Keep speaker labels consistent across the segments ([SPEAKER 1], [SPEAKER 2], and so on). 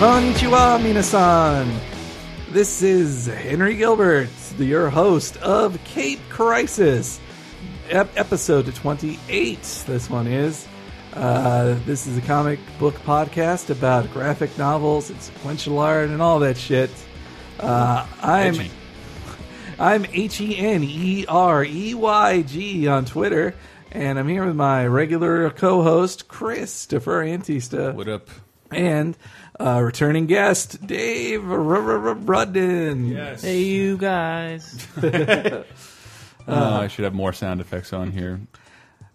[SPEAKER 1] Konnichiwa, minasan. This is Henry Gilbert, your host of Cape Crisis, ep- episode 28. This one is. Uh, this is a comic book podcast about graphic novels and sequential art and all that shit. Uh, I'm
[SPEAKER 2] Edgy.
[SPEAKER 1] I'm H E N E R E Y G on Twitter, and I'm here with my regular co-host Christopher Antista.
[SPEAKER 2] What up?
[SPEAKER 1] And uh, returning guest, Dave R- R- R- Rudden.
[SPEAKER 2] Yes.
[SPEAKER 3] Hey, you guys.
[SPEAKER 2] Uh, I should have more sound effects on here.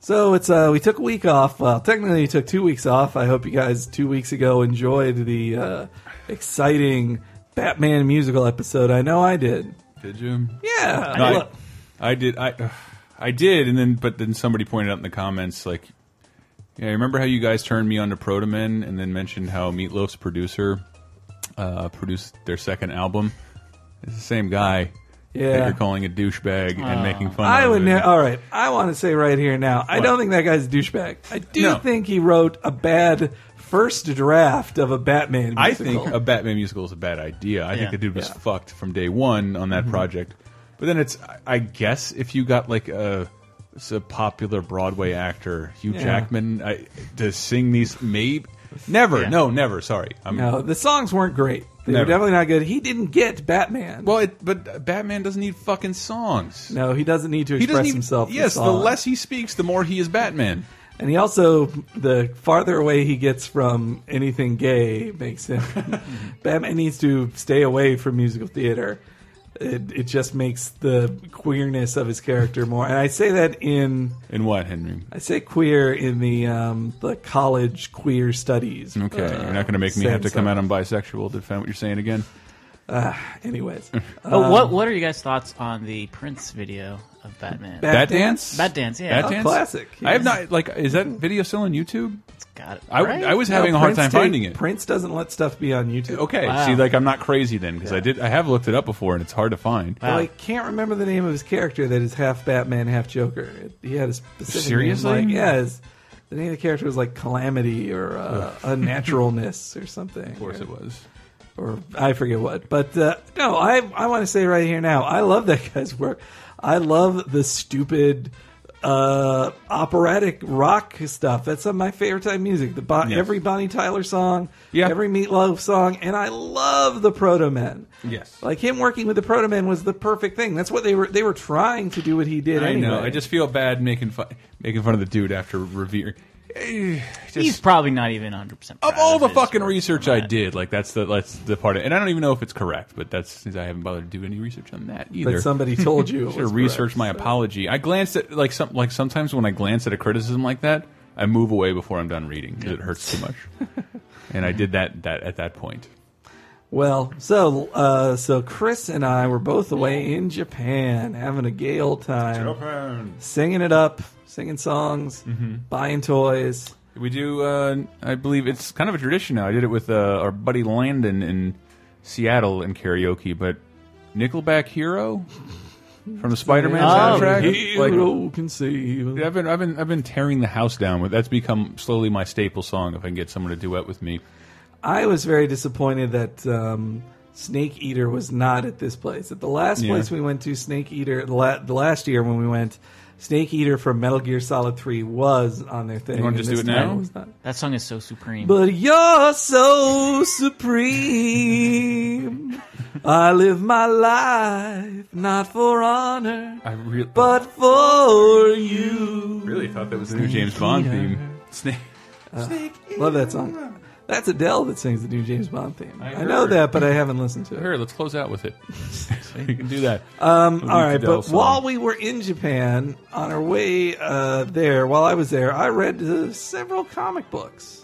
[SPEAKER 1] So it's uh, we took a week off. Well, technically, we took two weeks off. I hope you guys two weeks ago enjoyed the uh, exciting Batman musical episode. I know I did.
[SPEAKER 2] Did you?
[SPEAKER 1] Yeah,
[SPEAKER 2] No,
[SPEAKER 1] I
[SPEAKER 2] I,
[SPEAKER 1] lo-
[SPEAKER 2] I did. I uh, I did, and then but then somebody pointed out in the comments like, yeah, remember how you guys turned me on to Protoman, and then mentioned how Meatloaf's producer uh, produced their second album. It's the same guy. That
[SPEAKER 1] yeah. Uh,
[SPEAKER 2] you're calling a douchebag and making fun.
[SPEAKER 1] I
[SPEAKER 2] of
[SPEAKER 1] would.
[SPEAKER 2] it.
[SPEAKER 1] Ne- all right, I want to say right here now. I
[SPEAKER 2] What?
[SPEAKER 1] don't think that guy's a douchebag. I do
[SPEAKER 2] No.
[SPEAKER 1] think he wrote a bad first draft of a Batman. Musical.
[SPEAKER 2] I think a Batman musical is a bad idea. I
[SPEAKER 3] Yeah.
[SPEAKER 2] think the dude was
[SPEAKER 1] Yeah. Mm-hmm.
[SPEAKER 2] fucked from day one on that project. But then it's, I- I guess, if you got like a, it's a popular Broadway actor, Hugh
[SPEAKER 1] Yeah.
[SPEAKER 2] Jackman, I, to sing these, maybe never,
[SPEAKER 3] Yeah.
[SPEAKER 2] no, never. Sorry, I'm,
[SPEAKER 1] no, the songs weren't great. They were
[SPEAKER 2] Never.
[SPEAKER 1] definitely not good. He didn't get Batman.
[SPEAKER 2] Well, it, but Batman doesn't need fucking songs.
[SPEAKER 1] No, he doesn't need to
[SPEAKER 2] He
[SPEAKER 1] express
[SPEAKER 2] doesn't need,
[SPEAKER 1] himself. in
[SPEAKER 2] Yes, the
[SPEAKER 1] song.
[SPEAKER 2] less he speaks, the more he is Batman.
[SPEAKER 1] and he also the farther away he gets from anything gay makes him. Batman needs to stay away from musical theater. It, it just makes the queerness of his character more. And I say that in
[SPEAKER 2] In what, Henry?
[SPEAKER 1] I say queer in the um, the college queer studies.
[SPEAKER 2] Okay,
[SPEAKER 1] uh,
[SPEAKER 2] you're not going to make me have to come
[SPEAKER 1] sense
[SPEAKER 2] out on bisexual to defend what you're saying again.
[SPEAKER 1] of- Anyways,
[SPEAKER 3] oh,
[SPEAKER 2] Um,
[SPEAKER 3] what what are you guys' thoughts on the Prince video of Batman?
[SPEAKER 1] Bat-
[SPEAKER 2] Bat
[SPEAKER 1] dance?
[SPEAKER 2] dance?
[SPEAKER 3] Bat dance, yeah.
[SPEAKER 2] Bat
[SPEAKER 1] A
[SPEAKER 2] dance?
[SPEAKER 1] classic.
[SPEAKER 2] I have
[SPEAKER 1] yes.
[SPEAKER 2] not like is that video still on YouTube?
[SPEAKER 3] It's got it.
[SPEAKER 2] I,
[SPEAKER 3] right?
[SPEAKER 2] I was
[SPEAKER 1] No,
[SPEAKER 2] having a hard
[SPEAKER 1] Prince
[SPEAKER 2] time
[SPEAKER 1] did-
[SPEAKER 2] finding it.
[SPEAKER 1] Prince doesn't let stuff be on YouTube.
[SPEAKER 2] Okay,
[SPEAKER 3] Wow.
[SPEAKER 2] see, like I'm not crazy then because I did I have looked it up before and it's hard to find.
[SPEAKER 3] Wow.
[SPEAKER 1] Well, I can't remember the name of his character that is half Batman, half Joker. It- He had a specific
[SPEAKER 2] Seriously?
[SPEAKER 1] name. Like, yeah, his- the name of the character was like Calamity or uh, Unnaturalness or something.
[SPEAKER 2] Of course it was.
[SPEAKER 1] Or I forget what. But uh, no, I I want to say right here now, I love that guy's work. I love the stupid uh operatic rock stuff that's some of my favorite type of music the bon-
[SPEAKER 2] Yes.
[SPEAKER 1] every bonnie tyler song
[SPEAKER 2] Yeah.
[SPEAKER 1] every meatloaf song and i love the proto men
[SPEAKER 2] Yes.
[SPEAKER 1] like him working with the Proto Man was the perfect thing. That's what they were they were trying to do what he did
[SPEAKER 2] I
[SPEAKER 1] anyway.
[SPEAKER 2] know. I just feel bad making fun making fun of the dude after revere. Eh,
[SPEAKER 3] He's
[SPEAKER 2] Just,
[SPEAKER 3] probably not even 100%.
[SPEAKER 2] of
[SPEAKER 3] proud
[SPEAKER 2] all the
[SPEAKER 3] his
[SPEAKER 2] fucking
[SPEAKER 3] work.
[SPEAKER 2] research I did, like that's the that's the part, of, and I don't even know if it's correct, but that's I haven't bothered to do any research on that either.
[SPEAKER 1] but somebody told you. it
[SPEAKER 2] should
[SPEAKER 1] was
[SPEAKER 2] have researched
[SPEAKER 1] correct.
[SPEAKER 2] my apology. I glanced at like some like sometimes when I glance at a criticism like that, I move away before I'm done reading because it hurts too much. and I did that that at that point.
[SPEAKER 1] Well, so uh, so Chris and I were both away in Japan having a gay old time, singing it up, singing songs,
[SPEAKER 2] Mm-hmm.
[SPEAKER 1] buying toys.
[SPEAKER 2] We do. Uh, I believe it's kind of a tradition now. I did it with uh, our buddy Landon in Seattle in karaoke, but Nickelback Hero from the Spider-Man
[SPEAKER 3] Oh,
[SPEAKER 2] soundtrack. Like,
[SPEAKER 1] Hero can save.
[SPEAKER 2] I've been, I've been, I've been tearing the house down with. That's become slowly my staple song. If I can get someone to duet with me,
[SPEAKER 1] I was very disappointed that um, Snake Eater was not at this place. At the last
[SPEAKER 2] Yeah.
[SPEAKER 1] place we went to, Snake Eater, the, la- the last year when we went, Snake Eater from Metal Gear Solid 3 was on their thing.
[SPEAKER 2] You wanna
[SPEAKER 1] and
[SPEAKER 2] just do
[SPEAKER 1] this
[SPEAKER 2] it
[SPEAKER 1] time
[SPEAKER 2] now?
[SPEAKER 1] was not.
[SPEAKER 3] That song is so supreme.
[SPEAKER 1] But you're so supreme. I live my life not for honor,
[SPEAKER 2] I really,
[SPEAKER 1] but for you.
[SPEAKER 2] really thought that was the new James Bond theme. Snake.
[SPEAKER 1] Love that song. That's Adele that sings the new James Bond theme. I,
[SPEAKER 2] I
[SPEAKER 1] know
[SPEAKER 2] heard.
[SPEAKER 1] that, but I haven't listened to it.
[SPEAKER 2] Here, let's close out with it. we can do that.
[SPEAKER 1] Um,
[SPEAKER 2] We'll
[SPEAKER 1] all
[SPEAKER 2] do
[SPEAKER 1] right,
[SPEAKER 2] Fidel
[SPEAKER 1] but
[SPEAKER 2] song.
[SPEAKER 1] while we were in Japan, on our way uh, there, while I was there, I read uh, several comic books.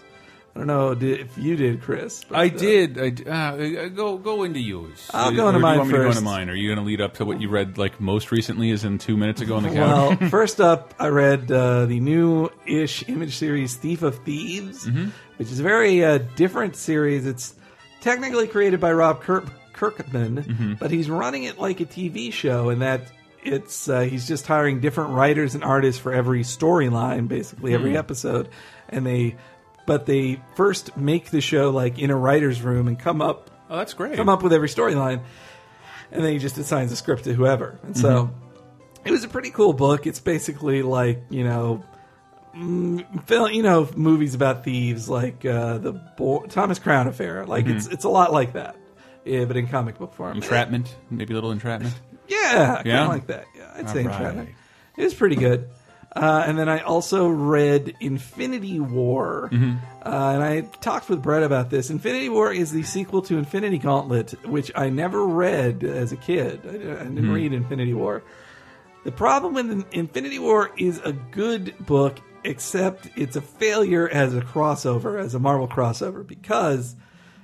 [SPEAKER 1] I don't know di- if you did, Chris. but,
[SPEAKER 2] I
[SPEAKER 1] uh,
[SPEAKER 2] did. I d- uh, uh, go go into yours.
[SPEAKER 1] I'll
[SPEAKER 2] Uh,
[SPEAKER 1] go into
[SPEAKER 2] or do
[SPEAKER 1] mine
[SPEAKER 2] you want me to go
[SPEAKER 1] first.
[SPEAKER 2] into mine? Are you going to lead up to what you read like most recently? Is in two minutes ago on the couch.
[SPEAKER 1] Well, first up, I read uh, the new ish image series Thief of Thieves, which is a very uh, different series. It's technically created by Rob Kirk- Kirkman, but he's running it like a TV show, in that it's uh, he's just hiring different writers and artists for every storyline, basically every episode, and they but they first make the show like in a writer's room and come up
[SPEAKER 2] Oh, that's great.
[SPEAKER 1] come up with every storyline, and then he just assigns a script to whoever. And so it was a pretty cool book. It's basically like you know, mm, fil- you know, movies about thieves like uh, the Bo- Thomas Crown Affair. Like it's it's a lot like that, yeah, but in comic book form.
[SPEAKER 2] Entrapment, maybe a little entrapment.
[SPEAKER 1] Yeah, kind
[SPEAKER 2] Yeah?
[SPEAKER 1] of like that. Yeah, I'd say
[SPEAKER 2] All right.
[SPEAKER 1] Entrapment. It was pretty good. Uh, and then I also read Infinity War, uh, and I talked with Brett about this. Infinity War is the sequel to Infinity Gauntlet, which I never read as a kid. I, I didn't read Infinity War. The problem with Infinity War is a good book, except it's a failure as a crossover, as a Marvel crossover, because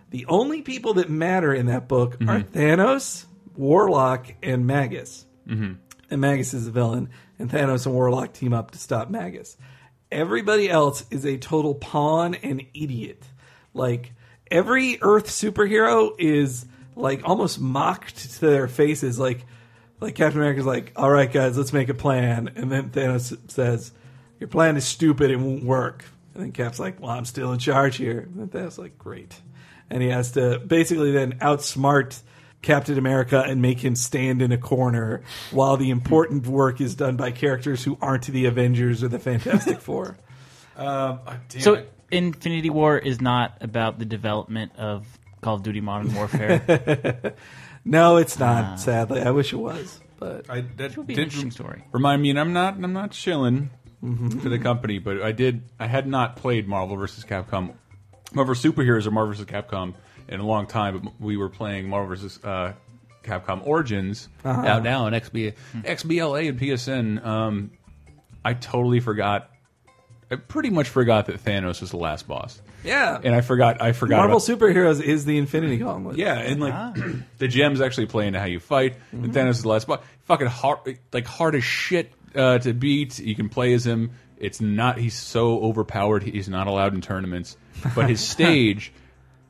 [SPEAKER 1] the only people that matter in that book are Thanos, Warlock, and Magus. And Magus is the villain, and Thanos and Warlock team up to stop Magus. Everybody else is a total pawn and idiot. Like, every Earth superhero is, like, almost mocked to their faces. Like, like Captain America's like, all right, guys, let's make a plan. And then Thanos says, your plan is stupid. It won't work. And then Cap's like, well, I'm still in charge here. And then Thanos like, great. And he has to basically then outsmart Captain America and make him stand in a corner while the important work is done by characters who aren't the Avengers or the Fantastic Four.
[SPEAKER 2] Uh,
[SPEAKER 3] So Infinity War is not about the development of Call of Duty Modern Warfare.
[SPEAKER 1] No, it's not,
[SPEAKER 2] Ah.
[SPEAKER 1] sadly. I wish it was. But
[SPEAKER 2] I, that
[SPEAKER 3] It'll be an
[SPEAKER 2] did
[SPEAKER 3] interesting story.
[SPEAKER 2] remind me, and I'm not, I'm not shilling for the company, but I did, I had not played Marvel vs. Capcom, Marvel Superheroes or Marvel vs. Capcom in a long time. But we were playing Marvel vs. Uh, Capcom Origins
[SPEAKER 1] Uh-huh.
[SPEAKER 2] out now on XB, XBLA and PSN. Um, I totally forgot. I pretty much forgot that Thanos was the last boss,
[SPEAKER 1] yeah.
[SPEAKER 2] and I forgot. I forgot
[SPEAKER 1] Marvel
[SPEAKER 2] about-
[SPEAKER 1] Superheroes is the Infinity Gauntlet.
[SPEAKER 2] yeah, and like the gems actually play into how you fight.
[SPEAKER 1] Mm-hmm.
[SPEAKER 2] And Thanos is the last boss. Fucking hard, like hard as shit uh, to beat. You can play as him. It's not. He's so overpowered. He's not allowed in tournaments. But his stage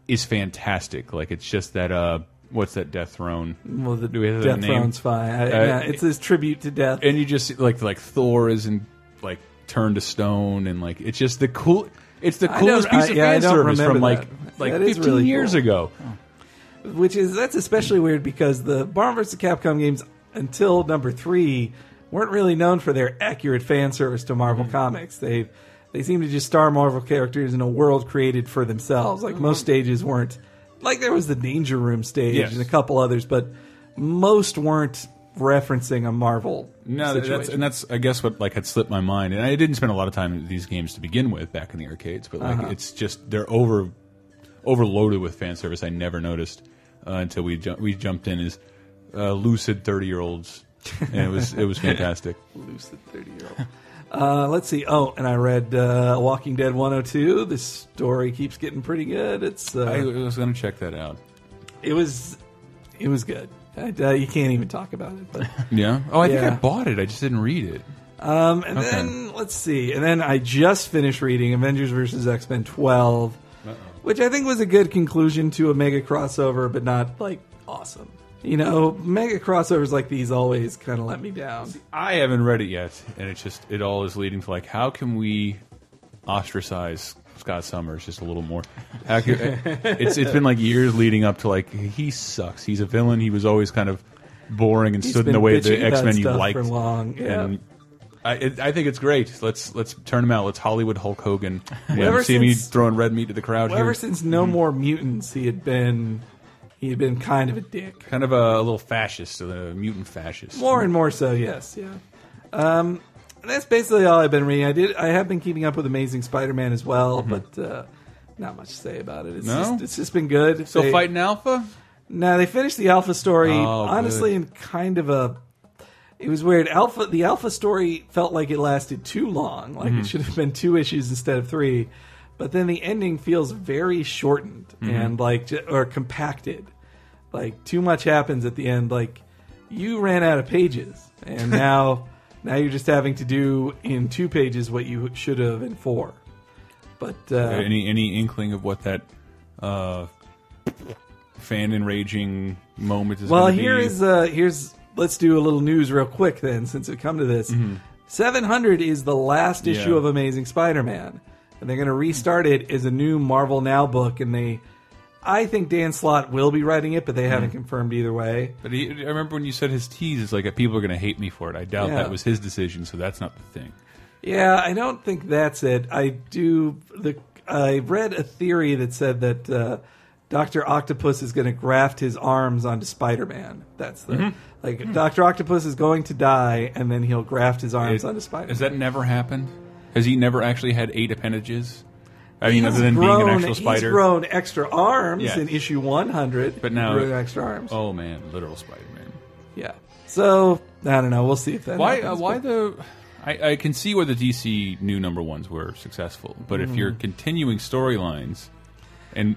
[SPEAKER 2] is fantastic. Like it's just that. Uh, what's that Death Throne?
[SPEAKER 1] Well, the
[SPEAKER 2] Do we have that
[SPEAKER 1] Death
[SPEAKER 2] name?
[SPEAKER 1] Throne's fine. I,
[SPEAKER 2] Uh,
[SPEAKER 1] yeah, it's his tribute to death.
[SPEAKER 2] and you just see, like like Thor is in like turned to stone and like it's just the cool. It's the
[SPEAKER 1] I
[SPEAKER 2] coolest
[SPEAKER 1] don't-
[SPEAKER 2] piece
[SPEAKER 1] I-
[SPEAKER 2] of
[SPEAKER 1] yeah, I
[SPEAKER 2] fan
[SPEAKER 1] don't
[SPEAKER 2] service from
[SPEAKER 1] remember
[SPEAKER 2] like
[SPEAKER 1] that.
[SPEAKER 2] like
[SPEAKER 1] That is
[SPEAKER 2] 15
[SPEAKER 1] really
[SPEAKER 2] years
[SPEAKER 1] cool.
[SPEAKER 2] ago.
[SPEAKER 1] which is that's especially weird because the Marvel vs. Capcom games until number three weren't really known for their accurate fan service to Marvel
[SPEAKER 2] Mm-hmm.
[SPEAKER 1] comics. They they seem to just star Marvel characters in a world created for themselves. Like most stages weren't like there was the Danger Room stage
[SPEAKER 2] Mm-hmm. Yes.
[SPEAKER 1] and a couple others, but most weren't referencing a Marvel.
[SPEAKER 2] No,
[SPEAKER 1] situation.
[SPEAKER 2] that's and that's I guess what like had slipped my mind, and I didn't spend a lot of time in these games to begin with back in the arcades, but like it's just they're over overloaded with fan service. I never noticed uh, until we ju we jumped in as uh, lucid thirty year olds, and it was it was fantastic.
[SPEAKER 1] lucid 30 year old. Uh, let's see. Oh, and I read uh, Walking Dead 102. This story keeps getting pretty good. It's uh,
[SPEAKER 2] I was gonna check that out.
[SPEAKER 1] it was it was good. I, uh, you can't even talk about it. But
[SPEAKER 2] Yeah. Oh, I think
[SPEAKER 1] Yeah.
[SPEAKER 2] I bought it. I just didn't read it.
[SPEAKER 1] um, and then let's see. And then I just finished reading Avengers versus X Men 12 which I think was a good conclusion to a mega crossover, but not like awesome. You know, mega crossovers like these always kind of let me down.
[SPEAKER 2] I haven't read it yet, and it's just it all is leading to like how can we ostracize Scott Summers just a little more? How can, it's it's been like years leading up to like he sucks. He's a villain. He was always kind of boring and
[SPEAKER 1] He's
[SPEAKER 2] stood in the
[SPEAKER 1] been
[SPEAKER 2] way of the
[SPEAKER 1] bitching about
[SPEAKER 2] X Men you
[SPEAKER 1] stuff for
[SPEAKER 2] liked.
[SPEAKER 1] long, yeah.
[SPEAKER 2] And I it, I think it's great. Let's let's turn him out. Let's Hollywood Hulk Hogan.
[SPEAKER 1] Ever
[SPEAKER 2] Yeah, see me
[SPEAKER 1] since-
[SPEAKER 2] throwing red meat to the crowd
[SPEAKER 1] Well, ever
[SPEAKER 2] here.
[SPEAKER 1] since No
[SPEAKER 2] Mm-hmm.
[SPEAKER 1] More Mutants, he had been he had been kind of a dick.
[SPEAKER 2] Kind of a, little fascist, a mutant fascist.
[SPEAKER 1] More and more so, yes, yeah. Um, and that's basically all I've been reading. I did, I have been keeping up with Amazing Spider-Man as well, but uh, not much to say about it. It's,
[SPEAKER 2] Mm-hmm. No?
[SPEAKER 1] just, it's just been good.
[SPEAKER 2] so
[SPEAKER 1] They-
[SPEAKER 2] fighting Alpha.
[SPEAKER 1] No, they finished the Alpha story
[SPEAKER 2] Oh,
[SPEAKER 1] honestly
[SPEAKER 2] good.
[SPEAKER 1] in kind of a. It was weird. Alpha, the Alpha story felt like it lasted too long. Like
[SPEAKER 2] Mm-hmm.
[SPEAKER 1] it should have been two issues instead of three. But then the ending feels very shortened
[SPEAKER 2] Mm-hmm.
[SPEAKER 1] and like ju- or compacted. Like too much happens at the end. Like you ran out of pages, and now now you're just having to do in two pages what you should have in four. But uh,
[SPEAKER 2] any any inkling of what that uh, fan enraging moment is?
[SPEAKER 1] Well,
[SPEAKER 2] gonna
[SPEAKER 1] here
[SPEAKER 2] be?
[SPEAKER 1] is uh, here's let's do a little news real quick then, since we come to this. 700 is the last issue
[SPEAKER 2] Mm-hmm. Yeah.
[SPEAKER 1] of Amazing Spider-Man, and they're going to restart it as a new Marvel Now book. And they, I think Dan Slott will be writing it, but they
[SPEAKER 2] Mm.
[SPEAKER 1] haven't confirmed either way.
[SPEAKER 2] But he, I remember when you said his tease is like people are going to hate me for it. I doubt
[SPEAKER 1] Yeah.
[SPEAKER 2] that was his decision, so that's not the thing.
[SPEAKER 1] Yeah, I don't think that's it. I do the I read a theory that said that uh, Doctor Octopus is going to graft his arms onto Spider-Man. That's the
[SPEAKER 2] Mm-hmm.
[SPEAKER 1] like
[SPEAKER 2] Mm.
[SPEAKER 1] Doctor Octopus is going to die, and then he'll graft his arms onto Spider-Man.
[SPEAKER 2] Has that never happened? Has he never actually had eight appendages? I mean, other than being an actual
[SPEAKER 1] He's
[SPEAKER 2] spider.
[SPEAKER 1] grown extra arms
[SPEAKER 2] Yeah.
[SPEAKER 1] in issue one hundred,
[SPEAKER 2] But now-
[SPEAKER 1] he grew extra arms.
[SPEAKER 2] Oh man, literal Spider-Man.
[SPEAKER 1] Yeah. So I don't know. We'll see if that.
[SPEAKER 2] Why? Uh,
[SPEAKER 1] happens,
[SPEAKER 2] why
[SPEAKER 1] but-
[SPEAKER 2] the? I, I can see where the DC new number ones were successful, but
[SPEAKER 1] Mm-hmm.
[SPEAKER 2] if you're continuing storylines, and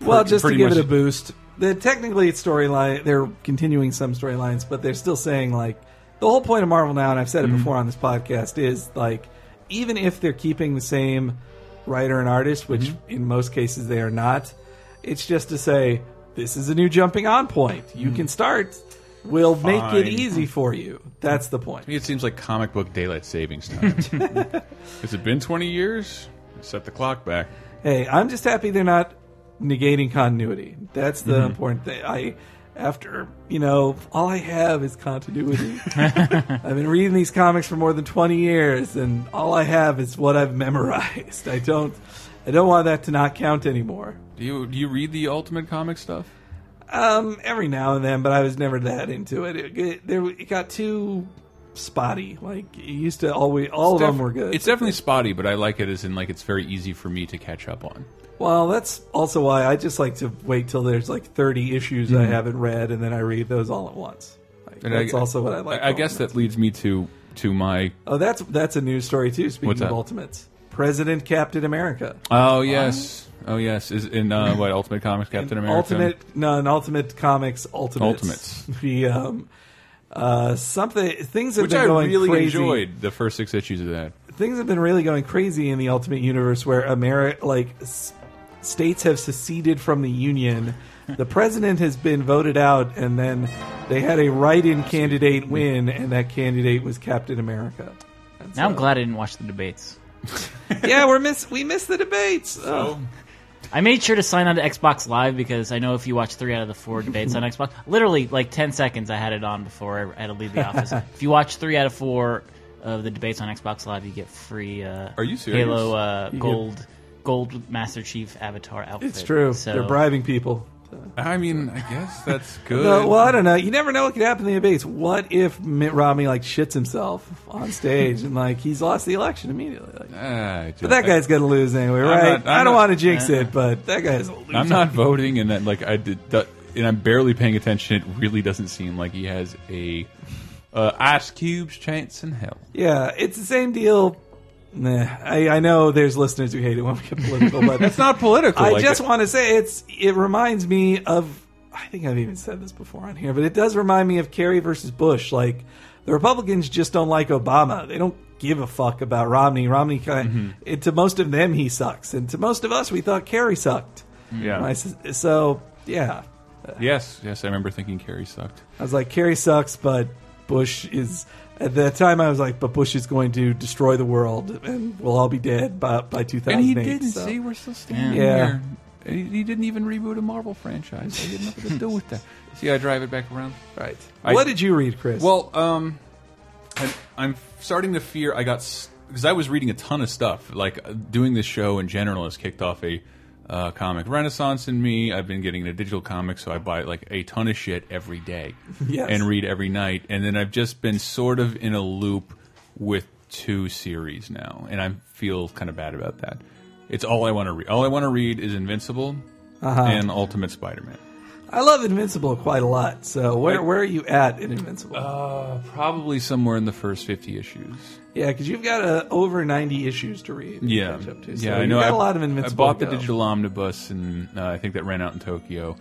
[SPEAKER 1] well,
[SPEAKER 2] pre-
[SPEAKER 1] just to
[SPEAKER 2] pretty
[SPEAKER 1] give
[SPEAKER 2] much-
[SPEAKER 1] it a boost. The, technically, it's storyline. They're continuing some storylines, but they're still saying like the whole point of Marvel now, and I've said it
[SPEAKER 2] Mm-hmm.
[SPEAKER 1] before on this podcast, is like even if they're keeping the same writer and artist, which
[SPEAKER 2] Mm-hmm.
[SPEAKER 1] in most cases they are not, it's just to say this is a new jumping on point. You can start. We'll make it
[SPEAKER 2] Mm-hmm. Fine.
[SPEAKER 1] easy for you. That's the point.
[SPEAKER 2] to me, it seems like comic book daylight savings time. Has it been 20 years? Set the clock back.
[SPEAKER 1] hey, I'm just happy they're not negating continuity. That's the
[SPEAKER 2] Mm-hmm.
[SPEAKER 1] important thing. I after you know, all I have is continuity. I've been reading these comics for more than twenty years, and all I have is what I've memorized. I don't, I don't want that to not count anymore.
[SPEAKER 2] Do you do you read the Ultimate comic stuff?
[SPEAKER 1] Um, every now and then, but I was never that into it. It, it, there, it got too spotty. Like it used to always, all of them were good.
[SPEAKER 2] It's definitely spotty, but I like it as in like it's very easy for me to catch up on.
[SPEAKER 1] Well, that's also why I just like to wait till there's like 30 issues I haven't read, and then I read those all at once. Like,
[SPEAKER 2] Mm-hmm. And
[SPEAKER 1] that's also what I like.
[SPEAKER 2] I, guess that leads me to to my
[SPEAKER 1] Oh, that's that's a news story too. Speaking
[SPEAKER 2] What's
[SPEAKER 1] of
[SPEAKER 2] that?
[SPEAKER 1] Ultimates, President Captain America,
[SPEAKER 2] oh yes oh yes is in uh, what Ultimate Comics Captain America
[SPEAKER 1] Ultimate no, an Ultimate Comics Ultimates.
[SPEAKER 2] Ultimates.
[SPEAKER 1] The um, uh, something things have
[SPEAKER 2] which
[SPEAKER 1] been
[SPEAKER 2] I
[SPEAKER 1] going
[SPEAKER 2] really
[SPEAKER 1] crazy.
[SPEAKER 2] enjoyed the first six issues of that.
[SPEAKER 1] things have been really going crazy in the Ultimate Universe, where Ameri- like s- states have seceded from the Union. The president has been voted out, and then they had a write-in candidate win, and that candidate was Captain America. And
[SPEAKER 3] Now I'm
[SPEAKER 1] so-
[SPEAKER 3] glad I didn't watch the debates.
[SPEAKER 1] yeah, we're miss we missed the debates. Oh.
[SPEAKER 3] I made sure to sign on to Xbox Live because I know if you watch three out of the four debates on Xbox, literally like ten seconds I had it on before I had to leave the office. if you watch three out of four of the debates on Xbox Live, you get free. Uh,
[SPEAKER 2] Are you serious?
[SPEAKER 3] Halo uh,
[SPEAKER 1] get-
[SPEAKER 3] gold gold Master Chief avatar outfit.
[SPEAKER 1] it's true.
[SPEAKER 3] So
[SPEAKER 1] They're bribing people.
[SPEAKER 2] I mean, I guess that's good.
[SPEAKER 1] No, well, I don't know. You never know what could happen in the debates. What if Mitt Romney like shits himself on stage and like he's lost the election immediately? Like,
[SPEAKER 2] Ah,
[SPEAKER 1] but that guy's gonna lose anyway, right?
[SPEAKER 2] not- I'm
[SPEAKER 1] I don't
[SPEAKER 2] not- uh-uh.
[SPEAKER 1] want to jinx it, but that guy's. a loser.
[SPEAKER 2] I'm not voting, and that like I did, that, and I'm barely paying attention. It really doesn't seem like he has a uh, ice cubes chance in hell.
[SPEAKER 1] Yeah, it's the same deal. Nah, I, I know there's listeners who hate it when we get political, but
[SPEAKER 2] It's not political.
[SPEAKER 1] I
[SPEAKER 2] like
[SPEAKER 1] just
[SPEAKER 2] it-
[SPEAKER 1] want to say it's. It reminds me of. I think I've even said this before on here, but it does remind me of Kerry versus Bush. Like the Republicans just don't like Obama. They don't give a fuck about Romney. Romney kind.
[SPEAKER 2] Mm-hmm.
[SPEAKER 1] It, to most of them, he sucks, and to most of us, we thought Kerry sucked.
[SPEAKER 2] Yeah.
[SPEAKER 1] My sis- so yeah,
[SPEAKER 2] yes, yes. I remember thinking Carrie sucked.
[SPEAKER 1] I was like, Kerry sucks, but Bush is. At that time, I was like, but Bush is going to destroy the world, and we'll all be dead by by 2008.
[SPEAKER 2] And he didn't.
[SPEAKER 1] so-
[SPEAKER 2] See, we're still standing
[SPEAKER 1] Yeah.
[SPEAKER 2] here. And He, he didn't even reboot a Marvel franchise. He had nothing to do with that. See, I drive it back around.
[SPEAKER 1] right.
[SPEAKER 2] I-
[SPEAKER 1] what did you read, Chris?
[SPEAKER 2] Well, um, I'm, I'm starting to fear I got because I was reading a ton of stuff. Like uh, doing this show in general has kicked off a uh, comic renaissance in me. I've been getting into digital comics, so I buy like a ton of shit every day
[SPEAKER 1] Yes.
[SPEAKER 2] and read every night. And then I've just been sort of in a loop with two series now, and I feel kind of bad about that. It's all I want to read. All I want to read is Invincible and Ultimate Spider-Man.
[SPEAKER 1] I love Invincible quite a lot. So where
[SPEAKER 2] I-
[SPEAKER 1] where are you at in Invincible? Yeah,
[SPEAKER 2] Uh, probably somewhere in the first fifty issues.
[SPEAKER 1] yeah, because you've got uh, over 90 issues to read. and
[SPEAKER 2] Yeah,
[SPEAKER 1] catch up to, so
[SPEAKER 2] yeah, I
[SPEAKER 1] you've
[SPEAKER 2] know.
[SPEAKER 1] Got
[SPEAKER 2] I-
[SPEAKER 1] a lot of Invincible.
[SPEAKER 2] I bought
[SPEAKER 1] to
[SPEAKER 2] the
[SPEAKER 1] go.
[SPEAKER 2] digital omnibus, and uh, I think that ran out in Tokyo.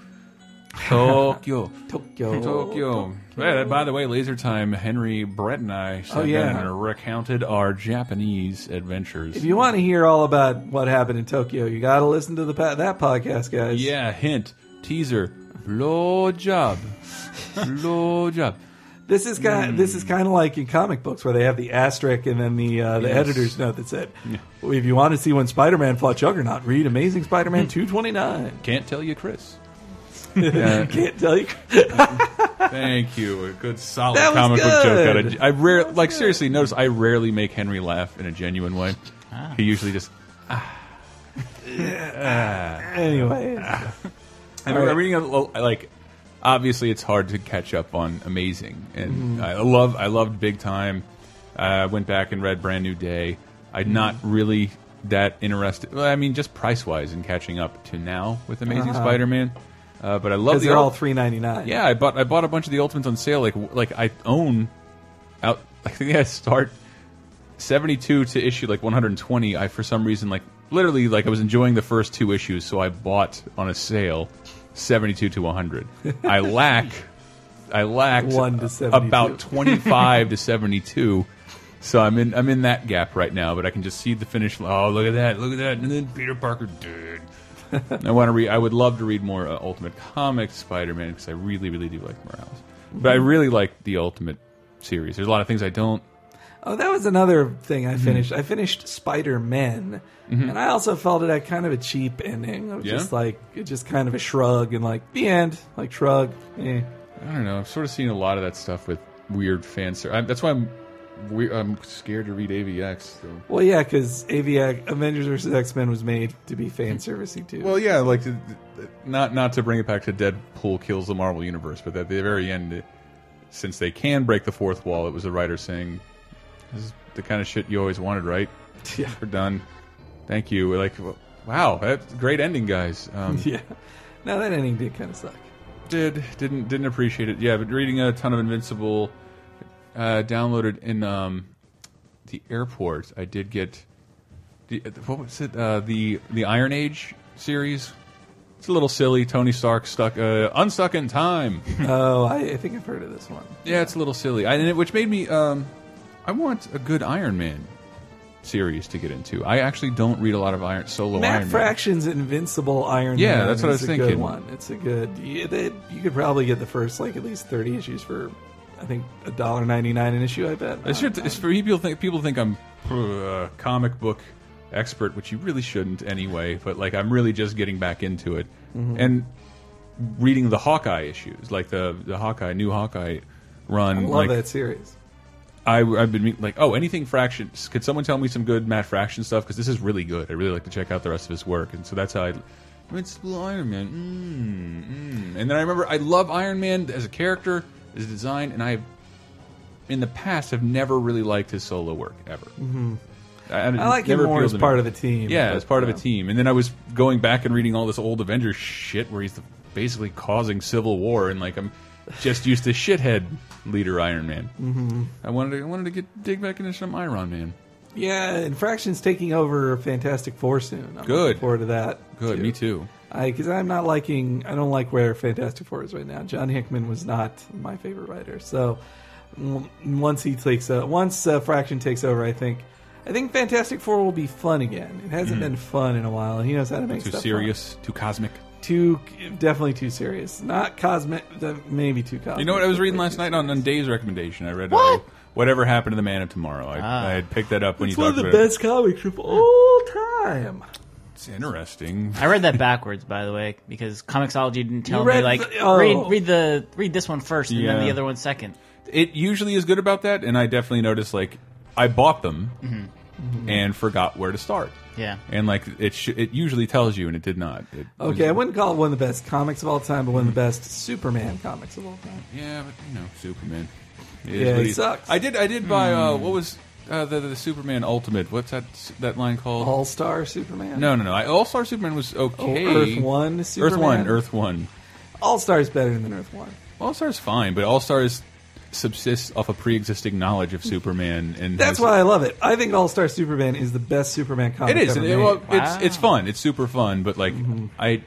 [SPEAKER 2] Tokyo,
[SPEAKER 1] Tokyo.
[SPEAKER 2] Tokyo. Yeah, by the way, Laser Time. Henry, Brett, and I sat
[SPEAKER 1] Oh, yeah.
[SPEAKER 2] down and recounted our Japanese adventures.
[SPEAKER 1] If you want to hear all about what happened in Tokyo, you got to listen to the pa- that podcast, guys.
[SPEAKER 2] yeah, hint, teaser, blowjob, blowjob.
[SPEAKER 1] This is kind.
[SPEAKER 2] Hmm.
[SPEAKER 1] This is kind of like in comic books where they have the asterisk and then the uh, the
[SPEAKER 2] Yes.
[SPEAKER 1] editor's note that said, "If you want to see when Spider-Man fought Juggernaut, read Amazing
[SPEAKER 2] Hmm.
[SPEAKER 1] Spider-Man 229."
[SPEAKER 2] Can't tell you, Chris.
[SPEAKER 1] Can't tell you.
[SPEAKER 2] Thank you. A good solid
[SPEAKER 1] That was
[SPEAKER 2] comic book joke. Out
[SPEAKER 1] good.
[SPEAKER 2] of, I rare like seriously. Notice I rarely make Henry laugh in a genuine way. He usually just.
[SPEAKER 1] Anyway,
[SPEAKER 2] I remember
[SPEAKER 1] right.
[SPEAKER 2] reading a, lo- like. Obviously, it's hard to catch up on amazing,
[SPEAKER 1] Mm-hmm.
[SPEAKER 2] and I love I loved Big Time. I went back and read Brand New Day.
[SPEAKER 1] Mm-hmm.
[SPEAKER 2] I'm not really that interested. Well, I mean, just price wise in catching up to now with Amazing
[SPEAKER 1] Uh-huh.
[SPEAKER 2] Spider-Man. Uh, but I love
[SPEAKER 1] because
[SPEAKER 2] the
[SPEAKER 1] they're all
[SPEAKER 2] ult-
[SPEAKER 1] three ninety nine.
[SPEAKER 2] Yeah, I bought I bought a bunch of the Ultimates on sale. Like like I own out. I think I start seventy two to issue like one hundred and twenty. I for some reason like literally like I was enjoying the first two issues, so I bought on a sale seventy two to one hundred. I lack I lacked
[SPEAKER 1] One to 72.
[SPEAKER 2] about twenty five to seventy two. So I'm in I'm in that gap right now, but I can just see the finish. line. Oh, look at that! Look at that! And then Peter Parker, dude. I want to read. I would love to read more uh, Ultimate Comics Spider-Man because I really, really do like Morales. But
[SPEAKER 1] Mm-hmm.
[SPEAKER 2] I really like the Ultimate series. There's a lot of things I don't.
[SPEAKER 1] Oh, that was another thing
[SPEAKER 2] Hmm.
[SPEAKER 1] I finished. I finished Spider Man, and I also felt it had kind of a cheap ending. It was
[SPEAKER 2] Mm-hmm. Yeah?
[SPEAKER 1] just like it just kind of a shrug and like the end, like shrug. Eh.
[SPEAKER 2] I don't know. I've sort of seen a lot of that stuff with weird fan ser- I That's why I'm. We, I'm scared to read AVX. So.
[SPEAKER 1] Well, yeah, because AVX Avengers vs X Men was made to be fan servicey too.
[SPEAKER 2] Hmm. Well, yeah, like th- th- not not to bring it back to Deadpool kills the Marvel universe, but at the very end, it- since they can break the fourth wall, it was the writer saying, "This is the kind of shit you always wanted, right?
[SPEAKER 1] Yeah.
[SPEAKER 2] We're done. Thank you." We're like, wow, that's a great ending, guys. Um,
[SPEAKER 1] yeah. No, that ending did kind of suck.
[SPEAKER 2] Did didn't didn't appreciate it. Yeah, but reading a ton of Invincible, uh, downloaded in um, the airport. I did get the what was it? Uh, the the Iron Age series. It's a little silly. Tony Stark stuck uh, unstuck in time.
[SPEAKER 1] Oh, I, I think I've heard of this one.
[SPEAKER 2] yeah, it's a little silly. I, and it, which made me um, I want a good Iron Man series to get into. I actually don't read a lot of Iron solo
[SPEAKER 1] Matt
[SPEAKER 2] Iron Man.
[SPEAKER 1] Fraction's Invincible Iron Man.
[SPEAKER 2] Yeah, that's what I
[SPEAKER 1] is
[SPEAKER 2] was
[SPEAKER 1] a Good
[SPEAKER 2] thinking.
[SPEAKER 1] one. It's a good. You, they, you could probably get the first like at least thirty issues for, I think, a dollar ninety nine an issue. I bet.
[SPEAKER 2] It's,
[SPEAKER 1] Uh,
[SPEAKER 2] your, it's for people think people think I'm a comic book expert, which you really shouldn't anyway. But like I'm really just getting back into it
[SPEAKER 1] Mm-hmm.
[SPEAKER 2] and reading the Hawkeye issues, like the the Hawkeye new Hawkeye run.
[SPEAKER 1] I love
[SPEAKER 2] like
[SPEAKER 1] that series.
[SPEAKER 2] I, I've been meet- like, oh, anything Fraction? Could someone tell me some good Matt Fraction stuff? Because this is really good. I really like to check out the rest of his work, and so that's how I. Invincible Iron Man, mm, mm. and then I remember I love Iron Man as a character, as a design, and I, in the past, have never really liked his solo work ever. Mm-hmm. I,
[SPEAKER 1] I like him more as part of a team.
[SPEAKER 2] yeah,
[SPEAKER 1] but,
[SPEAKER 2] as part of a
[SPEAKER 1] uh,
[SPEAKER 2] team. And then I was going back and reading all this old Avengers shit where he's the, basically causing civil war, and like I'm just used to shithead leader Iron Man. Mm-hmm. I wanted to, I wanted to get dig back into some Iron Man.
[SPEAKER 1] Yeah, Infraction's taking over Fantastic Four soon. I'm
[SPEAKER 2] Good.
[SPEAKER 1] Looking forward to that.
[SPEAKER 2] Good, me too.
[SPEAKER 1] Because I'm not liking. I don't like where Fantastic Four is right now. John Hickman was not my favorite writer. So mm, once he takes uh, once uh, Fraction takes over, I think. I think Fantastic Four will be fun again. It hasn't been fun in a while, and he knows how to make
[SPEAKER 2] Hmm. Too
[SPEAKER 1] stuff fun.
[SPEAKER 2] serious, too cosmic.
[SPEAKER 1] Too definitely too serious. Not cosmic. Maybe too cosmic.
[SPEAKER 2] You know what I was reading last
[SPEAKER 1] Too
[SPEAKER 2] night on, on Dave's recommendation? I read
[SPEAKER 3] What?
[SPEAKER 2] uh, Whatever Happened to the Man of Tomorrow. I,
[SPEAKER 3] Ah.
[SPEAKER 2] I had picked that up when
[SPEAKER 1] It's
[SPEAKER 2] you
[SPEAKER 1] one
[SPEAKER 2] talked
[SPEAKER 1] of the
[SPEAKER 2] about
[SPEAKER 1] best comics of all time.
[SPEAKER 2] it. It's interesting.
[SPEAKER 3] I read that backwards, by the way, because Comixology didn't tell
[SPEAKER 1] read
[SPEAKER 3] me like
[SPEAKER 1] the- oh.
[SPEAKER 3] read read the read this one first and
[SPEAKER 2] Yeah.
[SPEAKER 3] then the other one second.
[SPEAKER 2] it usually is good about that, and I definitely noticed like I bought them
[SPEAKER 1] Mm-hmm.
[SPEAKER 2] and forgot where to start.
[SPEAKER 3] Yeah.
[SPEAKER 2] and like it sh it usually tells you, Hmm. and it did not. It was-
[SPEAKER 1] Okay, I wouldn't call it one of the best comics of all time, but one of the best Superman comics of all time.
[SPEAKER 2] yeah, but you know, Superman. It is
[SPEAKER 1] Yeah,
[SPEAKER 2] what
[SPEAKER 1] he
[SPEAKER 2] it is.
[SPEAKER 1] sucks. Hmm.
[SPEAKER 2] I did. I did buy. Uh, what was uh, the the Superman Ultimate? What's that that line called?
[SPEAKER 1] All Star Superman.
[SPEAKER 2] no, no, no. I, All Star Superman was okay.
[SPEAKER 1] Oh, Earth One
[SPEAKER 2] Earth One.
[SPEAKER 1] Superman?
[SPEAKER 2] Earth One.
[SPEAKER 1] All Star is better than Earth One.
[SPEAKER 2] All Star's fine, but All Star's subsists off a pre-existing knowledge of Superman, and
[SPEAKER 1] That's
[SPEAKER 2] has-
[SPEAKER 1] why I love it. I think All Star Superman is the best Superman comic.
[SPEAKER 2] It is.
[SPEAKER 1] Ever
[SPEAKER 2] and it-
[SPEAKER 1] made.
[SPEAKER 2] well, it's
[SPEAKER 3] Wow.
[SPEAKER 2] it's fun. It's super fun. But like
[SPEAKER 1] Mm-hmm.
[SPEAKER 2] I,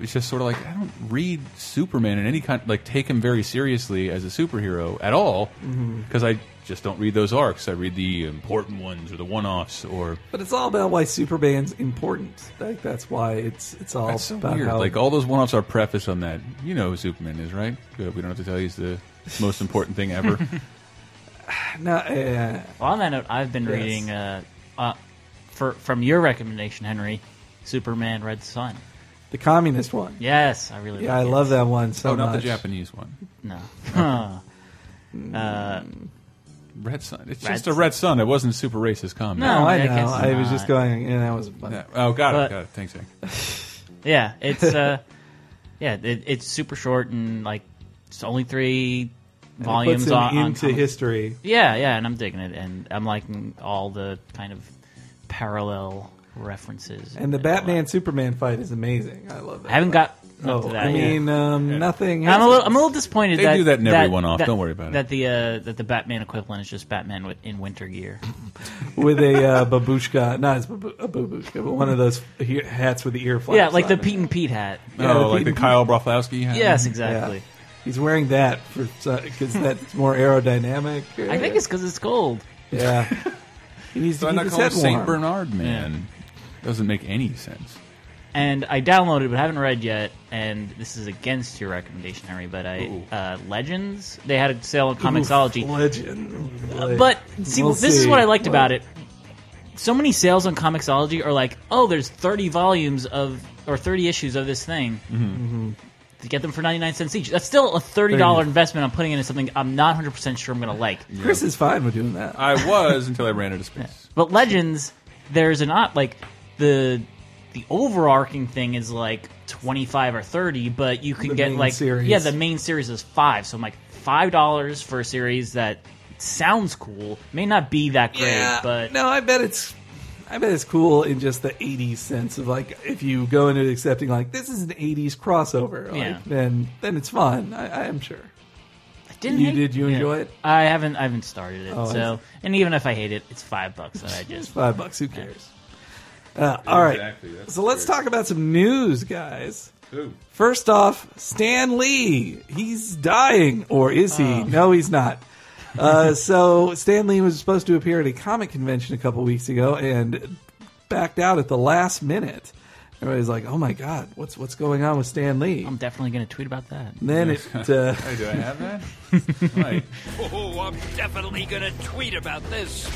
[SPEAKER 2] it's just sort of like I don't read
[SPEAKER 1] Mm-hmm.
[SPEAKER 2] Superman in any kind like take him very seriously as a superhero at all because I just don't read those arcs. I read the important ones or the one-offs or
[SPEAKER 1] But it's all about why Superman's important. Like that's why it's it's all
[SPEAKER 2] That's so
[SPEAKER 1] about
[SPEAKER 2] weird.
[SPEAKER 1] how
[SPEAKER 2] Like all those one-offs are prefaced on that. You know who Superman is, right? Good. We don't have to tell you he's the most important thing ever.
[SPEAKER 1] no, uh,
[SPEAKER 3] Well, on that note, I've been
[SPEAKER 1] Yes.
[SPEAKER 3] reading uh, uh, for from your recommendation, Henry, Superman Red Sun.
[SPEAKER 1] the communist one. Yeah,
[SPEAKER 3] Yes, I really.
[SPEAKER 1] I
[SPEAKER 3] like it.
[SPEAKER 1] love that one so
[SPEAKER 2] oh, not the
[SPEAKER 1] much.
[SPEAKER 2] Japanese one.
[SPEAKER 3] No. Huh. uh,
[SPEAKER 2] Red Sun. It's
[SPEAKER 3] Red
[SPEAKER 2] just a Red Sun. It wasn't super racist comment.
[SPEAKER 1] No,
[SPEAKER 3] No,
[SPEAKER 1] I
[SPEAKER 3] I
[SPEAKER 1] know.
[SPEAKER 3] guess
[SPEAKER 1] I was
[SPEAKER 3] not.
[SPEAKER 1] just going, and that was funny.
[SPEAKER 2] Yeah. Oh, got
[SPEAKER 3] But-
[SPEAKER 2] it. Got it. Thanks, Hank.
[SPEAKER 3] yeah, it's uh, yeah, it, it's super short and like it's only three
[SPEAKER 1] And it
[SPEAKER 3] volumes
[SPEAKER 1] puts him
[SPEAKER 3] on, on
[SPEAKER 1] into
[SPEAKER 3] comic-
[SPEAKER 1] history.
[SPEAKER 3] Yeah, yeah, and I'm digging it, and I'm liking all the kind of parallel references.
[SPEAKER 1] And the
[SPEAKER 3] all that.
[SPEAKER 1] Batman Superman fight is amazing. I love it.
[SPEAKER 3] I haven't got
[SPEAKER 1] Oh,
[SPEAKER 3] up to that.
[SPEAKER 1] I
[SPEAKER 3] yet.
[SPEAKER 1] mean, um,
[SPEAKER 2] Yeah.
[SPEAKER 1] nothing.
[SPEAKER 3] I'm a little,
[SPEAKER 1] happens.
[SPEAKER 3] I'm a little disappointed
[SPEAKER 2] They
[SPEAKER 3] that
[SPEAKER 2] do that in every one-off,
[SPEAKER 3] that-
[SPEAKER 2] don't worry about it.
[SPEAKER 3] That the uh, that the Batman equivalent is just Batman with, in winter gear.
[SPEAKER 1] with a uh, babushka, not as babu- a babushka, but one of those he- hats with the ear flaps.
[SPEAKER 3] yeah, like the
[SPEAKER 1] on it.
[SPEAKER 3] Pete and Pete hat.
[SPEAKER 1] Yeah,
[SPEAKER 2] oh,
[SPEAKER 1] the
[SPEAKER 2] like the
[SPEAKER 1] Pete-
[SPEAKER 2] Kyle Broflowski. hat?
[SPEAKER 3] Yes,
[SPEAKER 1] Yeah.
[SPEAKER 3] exactly.
[SPEAKER 1] He's wearing that for because that's more aerodynamic. or-
[SPEAKER 3] I think it's because it's cold.
[SPEAKER 1] yeah. He needs
[SPEAKER 2] So
[SPEAKER 1] to
[SPEAKER 2] I'm
[SPEAKER 1] keep
[SPEAKER 2] not
[SPEAKER 1] his
[SPEAKER 2] calling him
[SPEAKER 1] head
[SPEAKER 2] Saint
[SPEAKER 1] warm.
[SPEAKER 2] Bernard, man. Doesn't make any sense.
[SPEAKER 3] And I downloaded, but haven't read yet. And this is against your recommendation, Henry. But I
[SPEAKER 2] Ooh.
[SPEAKER 3] uh, Legends they had a sale on
[SPEAKER 1] Oof,
[SPEAKER 3] Comixology.
[SPEAKER 1] legend. Like,
[SPEAKER 3] But see,
[SPEAKER 1] we'll
[SPEAKER 3] this is
[SPEAKER 1] see.
[SPEAKER 3] what I liked about it. So many sales on Comixology are like, oh, there's 30 volumes of or 30 issues of this thing.
[SPEAKER 1] Mm-hmm.
[SPEAKER 3] To get them for 99 cents each. That's still a $30
[SPEAKER 1] Thirty.
[SPEAKER 3] investment I'm putting into something I'm not 100% sure I'm going to like.
[SPEAKER 1] Chris is fine with doing that.
[SPEAKER 2] I was until I ran out of space.
[SPEAKER 3] But Legends, there's an op like the the overarching thing is like 25 or 30, but you can
[SPEAKER 1] The
[SPEAKER 3] get
[SPEAKER 1] main
[SPEAKER 3] like
[SPEAKER 1] series.
[SPEAKER 3] yeah, the main series is 5. So I'm like $5 for a series that sounds cool, may not be that great,
[SPEAKER 1] yeah,
[SPEAKER 3] but
[SPEAKER 1] no, I bet it's. I bet it's cool in just the '80s sense of like if you go into it accepting like this is an '80s crossover, like,
[SPEAKER 3] Yeah.
[SPEAKER 1] then then it's fun. I, I am sure.
[SPEAKER 3] Didn't
[SPEAKER 1] You
[SPEAKER 3] hate-
[SPEAKER 1] did you
[SPEAKER 3] yeah.
[SPEAKER 1] enjoy it?
[SPEAKER 3] I haven't. I haven't started it.
[SPEAKER 1] Oh, I
[SPEAKER 3] so,
[SPEAKER 1] see.
[SPEAKER 3] and even if I hate it, it's five bucks that I
[SPEAKER 1] It's
[SPEAKER 3] just.
[SPEAKER 1] five bucks. Who cares? Uh, all right.
[SPEAKER 2] Exactly, that's
[SPEAKER 1] So let's
[SPEAKER 2] weird.
[SPEAKER 1] talk about some news, guys.
[SPEAKER 2] Ooh.
[SPEAKER 1] First off, Stan Lee. He's dying, or is he? No, he's not. Uh, so Stan Lee was supposed to appear at a comic convention a couple weeks ago and backed out at the last minute. Everybody's like, "Oh my god, what's what's going on with Stan Lee?"
[SPEAKER 3] I'm definitely going to tweet about that.
[SPEAKER 1] And then it. Uh,
[SPEAKER 2] Hey, do I have that? right.
[SPEAKER 4] Oh, I'm definitely gonna tweet about this.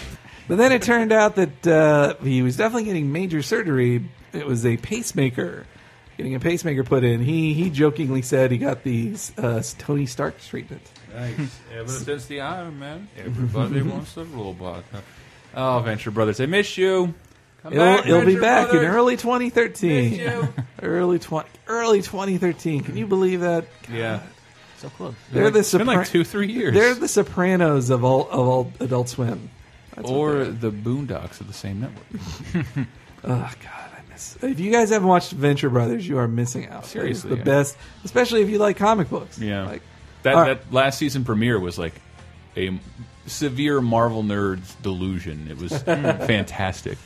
[SPEAKER 1] But then it turned out that uh, he was definitely getting major surgery. It was a pacemaker, getting a pacemaker put in. He he jokingly said he got the uh, Tony Stark treatment.
[SPEAKER 2] Nice. Ever since the Iron Man, everybody wants a robot. Oh, Venture Brothers, I miss you. Come
[SPEAKER 1] It'll,
[SPEAKER 2] back,
[SPEAKER 1] it'll be
[SPEAKER 2] Venture
[SPEAKER 1] back in
[SPEAKER 2] Brothers.
[SPEAKER 1] early 2013. early 20, early 2013. Can you believe that?
[SPEAKER 2] Yeah,
[SPEAKER 3] So close.
[SPEAKER 1] They're the
[SPEAKER 2] it's been like
[SPEAKER 1] Sopra-
[SPEAKER 2] two, three years.
[SPEAKER 1] They're the Sopranos of all of all Adult Swim. That's what
[SPEAKER 2] or the Boondocks of the same network.
[SPEAKER 1] Oh God, I miss. If you guys haven't watched Venture Brothers, you are missing out. That is
[SPEAKER 2] Seriously,
[SPEAKER 1] the
[SPEAKER 2] yeah.
[SPEAKER 1] best, especially if you like comic books.
[SPEAKER 2] Yeah.
[SPEAKER 1] Like,
[SPEAKER 2] That
[SPEAKER 1] All right.
[SPEAKER 2] that last season premiere was like a severe Marvel nerds delusion. It was
[SPEAKER 1] Hmm.
[SPEAKER 2] fantastic.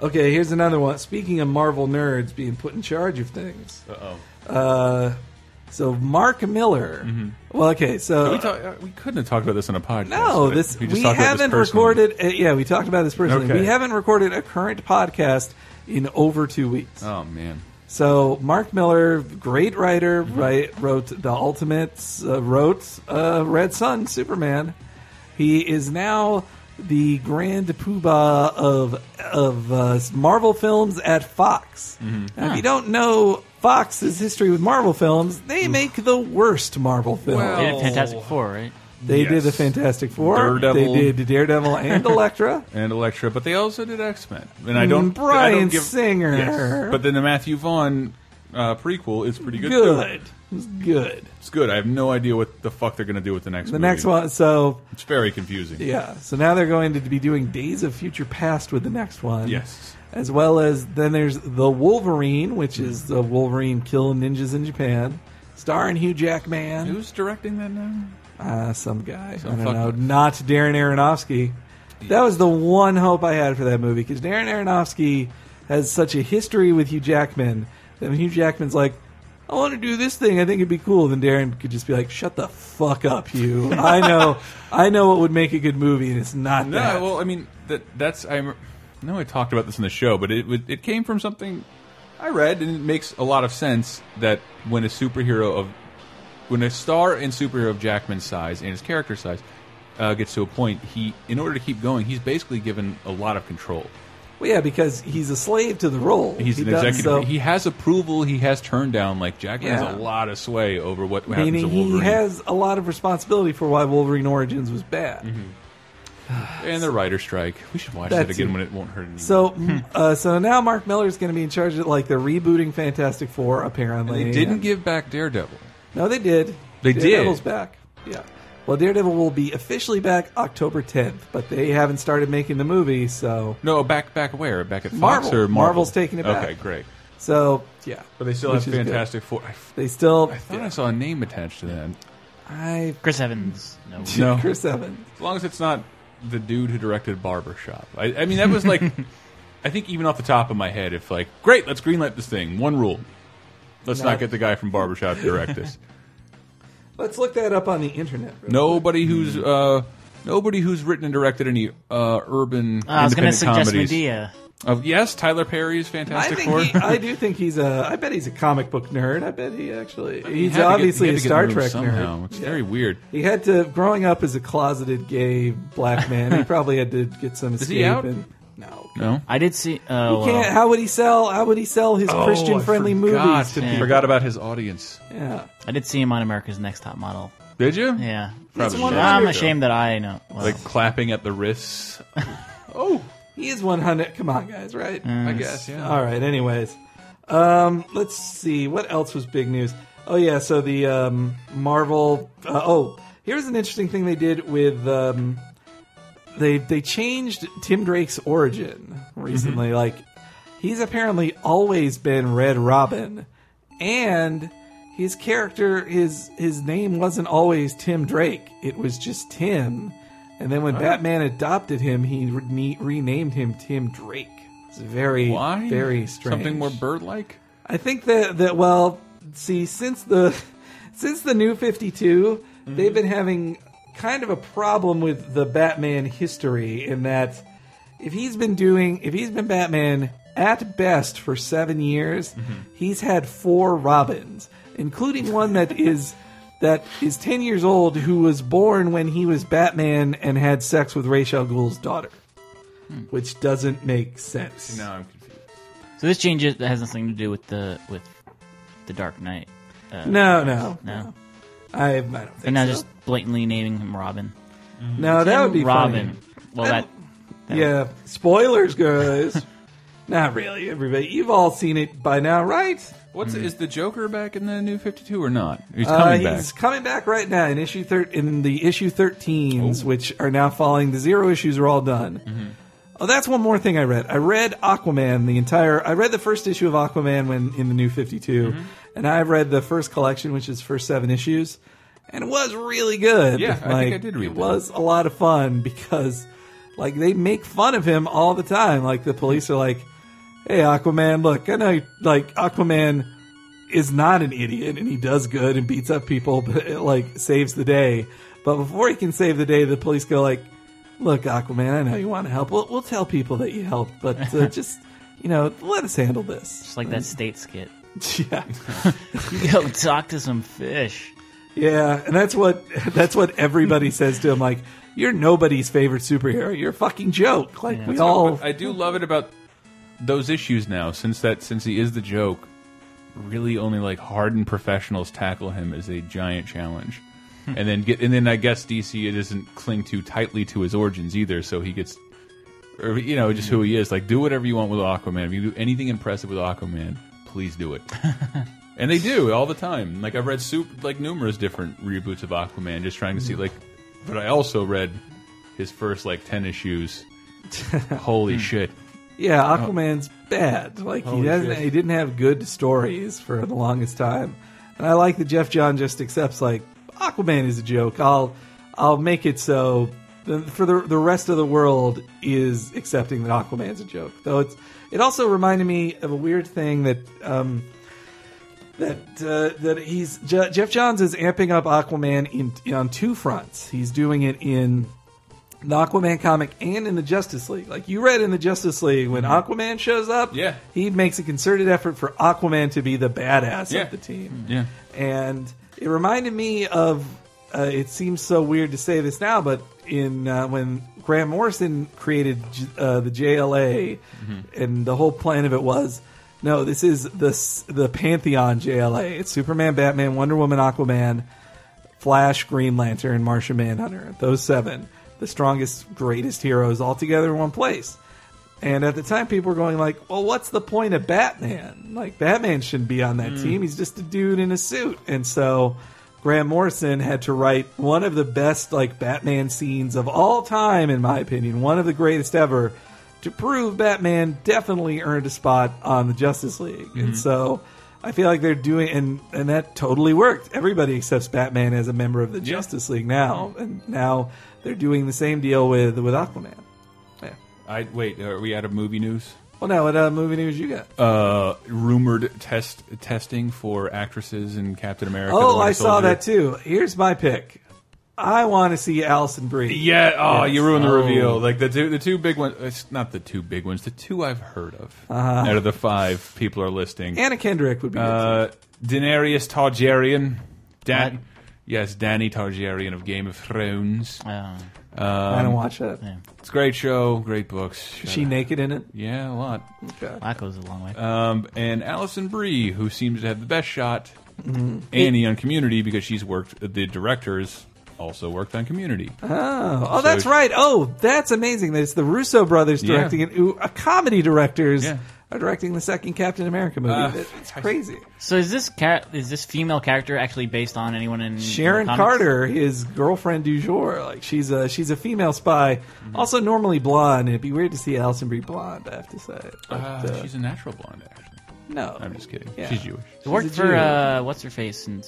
[SPEAKER 1] Okay, here's another one. Speaking of Marvel nerds being put in charge of things,
[SPEAKER 2] Uh oh.
[SPEAKER 1] uh, so Mark Miller. Well, okay, so
[SPEAKER 2] Mm-hmm. we, talk, uh, we couldn't have talked about this on a podcast.
[SPEAKER 1] no,
[SPEAKER 2] but
[SPEAKER 1] this we,
[SPEAKER 2] just talked about this
[SPEAKER 1] haven't
[SPEAKER 2] personally.
[SPEAKER 1] recorded. Uh, yeah, we talked about this personally.
[SPEAKER 2] Okay.
[SPEAKER 1] We haven't recorded a current podcast in over two weeks.
[SPEAKER 2] Oh man,
[SPEAKER 1] So Mark Miller, great writer,
[SPEAKER 2] Mm-hmm.
[SPEAKER 1] right, wrote the Ultimates, uh, wrote uh, Red Sun, Superman. He is now the grand poobah of of uh, Marvel films at Fox.
[SPEAKER 2] Mm-hmm.
[SPEAKER 1] Now, If you don't know Fox's history with Marvel films, they make the worst Marvel films.
[SPEAKER 3] They
[SPEAKER 2] Well-
[SPEAKER 3] did Fantastic Four, right?
[SPEAKER 1] they did
[SPEAKER 2] yes.
[SPEAKER 1] the Fantastic Four.
[SPEAKER 2] Daredevil.
[SPEAKER 1] They did Daredevil and Elektra.
[SPEAKER 2] and Elektra, but they also did X Men. And I don't, I
[SPEAKER 1] Mm, Bryan
[SPEAKER 2] don't give
[SPEAKER 1] Singer.
[SPEAKER 2] Yes. But then the Matthew Vaughn uh, prequel is pretty good. too.
[SPEAKER 1] Good, It's good.
[SPEAKER 2] It's good. I have no idea what the fuck they're going to do with the next.
[SPEAKER 1] The next one, so
[SPEAKER 2] It's very confusing.
[SPEAKER 1] Yeah. So now they're going to be doing Days of Future Past with the next one.
[SPEAKER 2] Yes.
[SPEAKER 1] As well as then there's The Wolverine, which is the Wolverine Kill Ninjas in Japan, starring Hugh Jackman.
[SPEAKER 2] Who's directing that now?
[SPEAKER 1] Uh, some guy.
[SPEAKER 2] Some
[SPEAKER 1] I don't
[SPEAKER 2] fuck-
[SPEAKER 1] know. Not Darren Aronofsky. That was the one hope I had for that movie because Darren Aronofsky has such a history with Hugh Jackman that when Hugh Jackman's like, I want to do this thing. I think it'd be cool. Then Darren could just be like, "Shut the fuck up, you. I know, I know what would make a good movie, and it's not
[SPEAKER 2] No,
[SPEAKER 1] that."
[SPEAKER 2] well, I mean that that's I rem- I know I talked about this in the show, but it was- it came from something I read, and it makes a lot of sense that when a superhero of when a star and superhero of Jackman's size and his character size uh, gets to a point, he in order to keep going, he's basically given a lot of control.
[SPEAKER 1] Well, yeah, because he's a slave to the role.
[SPEAKER 2] He's
[SPEAKER 1] He
[SPEAKER 2] an
[SPEAKER 1] does
[SPEAKER 2] executive.
[SPEAKER 1] so-
[SPEAKER 2] He has approval. He has turned down. Like Jackman
[SPEAKER 1] Yeah.
[SPEAKER 2] has a lot of sway over what happens to
[SPEAKER 1] meaning he
[SPEAKER 2] Wolverine.
[SPEAKER 1] has a lot of responsibility for why Wolverine Origins was
[SPEAKER 2] Mm-hmm.
[SPEAKER 1] bad.
[SPEAKER 2] and the writer strike. We should watch that
[SPEAKER 1] That's
[SPEAKER 2] again
[SPEAKER 1] it.
[SPEAKER 2] when it won't hurt. Anymore.
[SPEAKER 1] So, mm, uh, so now Mark Miller is going to be in charge of like the rebooting Fantastic Four. Apparently,
[SPEAKER 2] they didn't give back Daredevil.
[SPEAKER 1] No, they did.
[SPEAKER 2] They did.
[SPEAKER 1] Daredevil's back. Yeah. Well, Daredevil will be officially back October 10th, but they haven't started making the movie, so
[SPEAKER 2] No, back back where? Back at Fox
[SPEAKER 1] Marvel.
[SPEAKER 2] or Marvel?
[SPEAKER 1] Marvel's taking it back.
[SPEAKER 2] Okay, great.
[SPEAKER 1] so yeah.
[SPEAKER 2] But they still
[SPEAKER 1] Which
[SPEAKER 2] have
[SPEAKER 1] is good.
[SPEAKER 2] Fantastic Four. I f-
[SPEAKER 1] They still.
[SPEAKER 2] I thought I saw a name attached to that.
[SPEAKER 1] I.
[SPEAKER 3] Chris Evans. No.
[SPEAKER 2] No.
[SPEAKER 1] Chris Evans.
[SPEAKER 2] As long as it's not the dude who directed Barbershop. I, I mean, that was like, I think even off the top of my head, if like, great, let's greenlight this thing. One rule. Let's
[SPEAKER 1] No.
[SPEAKER 2] not get the guy from Barbershop to direct this.
[SPEAKER 1] Let's look that up on the internet. real
[SPEAKER 2] Nobody who's
[SPEAKER 1] Hmm.
[SPEAKER 2] uh, nobody who's written and directed any uh, urban
[SPEAKER 3] Uh, I was going to
[SPEAKER 2] independent
[SPEAKER 3] suggest
[SPEAKER 2] comedies.
[SPEAKER 3] Medea.
[SPEAKER 2] Of- yes, Tyler Perry's
[SPEAKER 1] I
[SPEAKER 2] Fantastic
[SPEAKER 1] think
[SPEAKER 2] Four.
[SPEAKER 1] he, uh, I do think he's a. I bet he's a comic book nerd. I bet he actually.
[SPEAKER 2] He
[SPEAKER 1] He's
[SPEAKER 2] had to get-
[SPEAKER 1] obviously
[SPEAKER 2] he had
[SPEAKER 1] a
[SPEAKER 2] to get
[SPEAKER 1] Star
[SPEAKER 2] moved
[SPEAKER 1] Trek
[SPEAKER 2] somehow.
[SPEAKER 1] nerd.
[SPEAKER 2] It's very weird.
[SPEAKER 1] He had to growing up as a closeted gay black man. He probably had to get some escape.
[SPEAKER 2] he out?
[SPEAKER 1] And, no,
[SPEAKER 2] No.
[SPEAKER 3] I did see.
[SPEAKER 1] He
[SPEAKER 3] Oh,
[SPEAKER 1] can't. How would he sell? How would he sell his Christian friendly movies to
[SPEAKER 2] I
[SPEAKER 1] people?
[SPEAKER 2] Oh, forgot about his audience.
[SPEAKER 1] Yeah.
[SPEAKER 3] I did see him on America's Next Top Model.
[SPEAKER 2] Did you?
[SPEAKER 3] Yeah.
[SPEAKER 2] Probably
[SPEAKER 1] one
[SPEAKER 2] should.
[SPEAKER 1] of
[SPEAKER 3] I'm
[SPEAKER 1] wonder,
[SPEAKER 3] ashamed that I know. Well,
[SPEAKER 2] Like clapping at the wrists. oh,
[SPEAKER 1] He is 100. Come on, guys, right?
[SPEAKER 2] I guess yeah.
[SPEAKER 1] All right. Anyways, um, let's see what else was big news. Oh yeah, so the um, Marvel. Uh, oh, here's an interesting thing they did with. Um, they they changed Tim Drake's origin recently.
[SPEAKER 2] Mm-hmm.
[SPEAKER 1] Like he's apparently always been Red Robin, and his character his his name wasn't always Tim Drake. It was just Tim. And then
[SPEAKER 2] Oh.
[SPEAKER 1] when Batman adopted him, he re- renamed him Tim Drake. It's very
[SPEAKER 2] Why?
[SPEAKER 1] very strange.
[SPEAKER 2] Something more bird-like.
[SPEAKER 1] I think that that well, see, since the since the new 52 they they've been having kind of a problem with the Batman history in that if he's been doing if he's been Batman at best for 7 years, he's had four Robins, including one that is that is 10 years old who was born when he was Batman and had sex with Ra's al Ghul's daughter. Which doesn't make sense.
[SPEAKER 2] No, I'm confused.
[SPEAKER 3] so this change is- has nothing to do with the with the Dark Knight.
[SPEAKER 1] No, no,
[SPEAKER 3] No.
[SPEAKER 1] I, I don't think.
[SPEAKER 3] They're not
[SPEAKER 1] so.
[SPEAKER 3] just blatantly naming him Robin.
[SPEAKER 1] no, that would be
[SPEAKER 3] Robin. Well, that
[SPEAKER 1] Funny. Yeah, spoilers, guys. not really, everybody. You've all seen it by now, right?
[SPEAKER 2] What's is the Joker back in the New Fifty Two or not? He's
[SPEAKER 1] Uh,
[SPEAKER 2] coming
[SPEAKER 1] he's
[SPEAKER 2] back.
[SPEAKER 1] coming back right now in issue thir- in the issue
[SPEAKER 2] Oh.
[SPEAKER 1] thirteens, which are now following. The zero issues are all done.
[SPEAKER 2] Mm-hmm.
[SPEAKER 1] Oh, that's one more thing I read. I read Aquaman, the entire. I read the first issue of Aquaman when in the New Fifty
[SPEAKER 2] Mm-hmm.
[SPEAKER 1] and I read the first collection, which is first seven issues, and it was really good.
[SPEAKER 2] Yeah, I think I
[SPEAKER 1] Like,
[SPEAKER 2] did read
[SPEAKER 1] It
[SPEAKER 2] that.
[SPEAKER 1] was a lot of fun because, like, they make fun of him all the time. Like the police are like, "Hey, Aquaman, look, I know, you, like, Aquaman." is not an idiot and he does good and beats up people, but like saves the day. But before he can save the day, the police go like, "Look, Aquaman, I know you want to help. We'll, we'll tell people that you helped, but uh, just you know, let us handle this."
[SPEAKER 3] just like that state skit.
[SPEAKER 1] Yeah,
[SPEAKER 3] You go talk to some fish.
[SPEAKER 1] yeah, and that's what that's what everybody says to him. Like, you're nobody's favorite superhero. You're a fucking joke. Like we all.
[SPEAKER 2] I do love it about those issues now, since that since he is the joke. Really, only like hardened professionals tackle him as a giant challenge, and then get and then I guess DC doesn't cling too tightly to his origins either, so he gets, or you know, just who he is. Like, do whatever you want with Aquaman. If you do anything impressive with Aquaman, please do it. and they do all the time. Like I've read soup like numerous different reboots of Aquaman, just trying to see like. But I also read his first like ten issues. Holy shit!
[SPEAKER 1] Yeah, Aquaman's bad. Like he doesn't. He didn't have good stories for the longest time, and I like that Jeff John just accepts like Aquaman is a joke. I'll I'll make it so the, for the the rest of the world is accepting that Aquaman's a joke. Though it's it also reminded me of a weird thing that. Um, that uh, that he's Je- Jeff Johns is amping up Aquaman in on two fronts. He's doing it in the Aquaman comic and in the Justice League. Like you read in the Justice League, when Aquaman shows up,
[SPEAKER 2] Mm-hmm. Yeah.
[SPEAKER 1] he makes a concerted effort for Aquaman to be the badass
[SPEAKER 2] Yeah. Mm-hmm.
[SPEAKER 1] of the team.
[SPEAKER 2] Yeah.
[SPEAKER 1] and it reminded me of. Uh, it seems so weird to say this now, but in uh, when Grant Morrison created J- uh, the JLA, and the whole plan of it was, no, this is the s- the pantheon JLA. It's Superman, Batman, Wonder Woman, Aquaman, Flash, Green Lantern, Martian Manhunter. Those seven, the strongest, greatest heroes, all together in one place. And at the time, people were going like, "Well, what's the point of Batman? Like, Batman shouldn't be on that team. He's just a dude in a suit." And so, Graham Morrison had to write one of the best like Batman scenes of all time, in my opinion, one of the greatest ever, to prove Batman definitely earned a spot on the Justice League. And so, I feel like they're doing, and and that totally worked. Everybody accepts Batman as a member of the Justice League now, and now they're doing the same deal with with Aquaman. Yeah.
[SPEAKER 2] I wait. Are we out of movie news?
[SPEAKER 1] Well, now what uh, movie news you got?
[SPEAKER 2] Uh, rumored test testing for actresses in Captain America. The
[SPEAKER 1] oh,
[SPEAKER 2] Winter
[SPEAKER 1] I saw
[SPEAKER 2] Soldier.
[SPEAKER 1] that too. Here's my pick. I want to see Allison Brie.
[SPEAKER 2] Yeah. Oh, you ruined the
[SPEAKER 3] Oh.
[SPEAKER 2] reveal. Like the two, the two big ones. It's not the two big ones. The two I've heard of
[SPEAKER 1] Uh-huh.
[SPEAKER 2] out of the five people are listing.
[SPEAKER 1] Anna Kendrick would be. good.
[SPEAKER 2] Uh, Daenerys Targaryen.
[SPEAKER 3] What?
[SPEAKER 2] Dan. Yes, Danny Targaryen of Game of Thrones.
[SPEAKER 3] Um,
[SPEAKER 1] I don't watch that.
[SPEAKER 3] yeah.
[SPEAKER 2] It's a great show, great books.
[SPEAKER 1] Is she naked in it?
[SPEAKER 2] Yeah, a lot.
[SPEAKER 1] Okay.
[SPEAKER 3] that goes a long way.
[SPEAKER 1] Uh,
[SPEAKER 2] Um, and Allison Brie, who seems to have the best shot,
[SPEAKER 1] Mm-hmm.
[SPEAKER 2] Annie on Community because she's worked. The directors also worked on Community.
[SPEAKER 1] Oh, oh, that's
[SPEAKER 2] she-
[SPEAKER 1] right. Oh, that's amazing. That it's the Russo brothers
[SPEAKER 2] Yeah.
[SPEAKER 1] directing it. Ooh, a comedy directors
[SPEAKER 2] Yeah.
[SPEAKER 1] are directing the second Captain America movie.
[SPEAKER 2] Uh,
[SPEAKER 1] That- That's crazy.
[SPEAKER 3] so is this car- is this female character actually based on anyone in
[SPEAKER 1] Sharon
[SPEAKER 3] the comics?
[SPEAKER 1] Carter, his girlfriend du jour, like she's a she's a female spy.
[SPEAKER 2] Mm-hmm.
[SPEAKER 1] Also, normally blonde. It'd be weird to see Allison Brie blonde. I have to say. But,
[SPEAKER 2] Uh,
[SPEAKER 1] uh,
[SPEAKER 2] she's a natural blonde, actually.
[SPEAKER 1] no,
[SPEAKER 2] I'm just kidding.
[SPEAKER 1] Yeah.
[SPEAKER 2] She's Jewish.
[SPEAKER 3] It worked
[SPEAKER 1] a
[SPEAKER 3] for
[SPEAKER 1] Jew.
[SPEAKER 3] uh, what's her face in,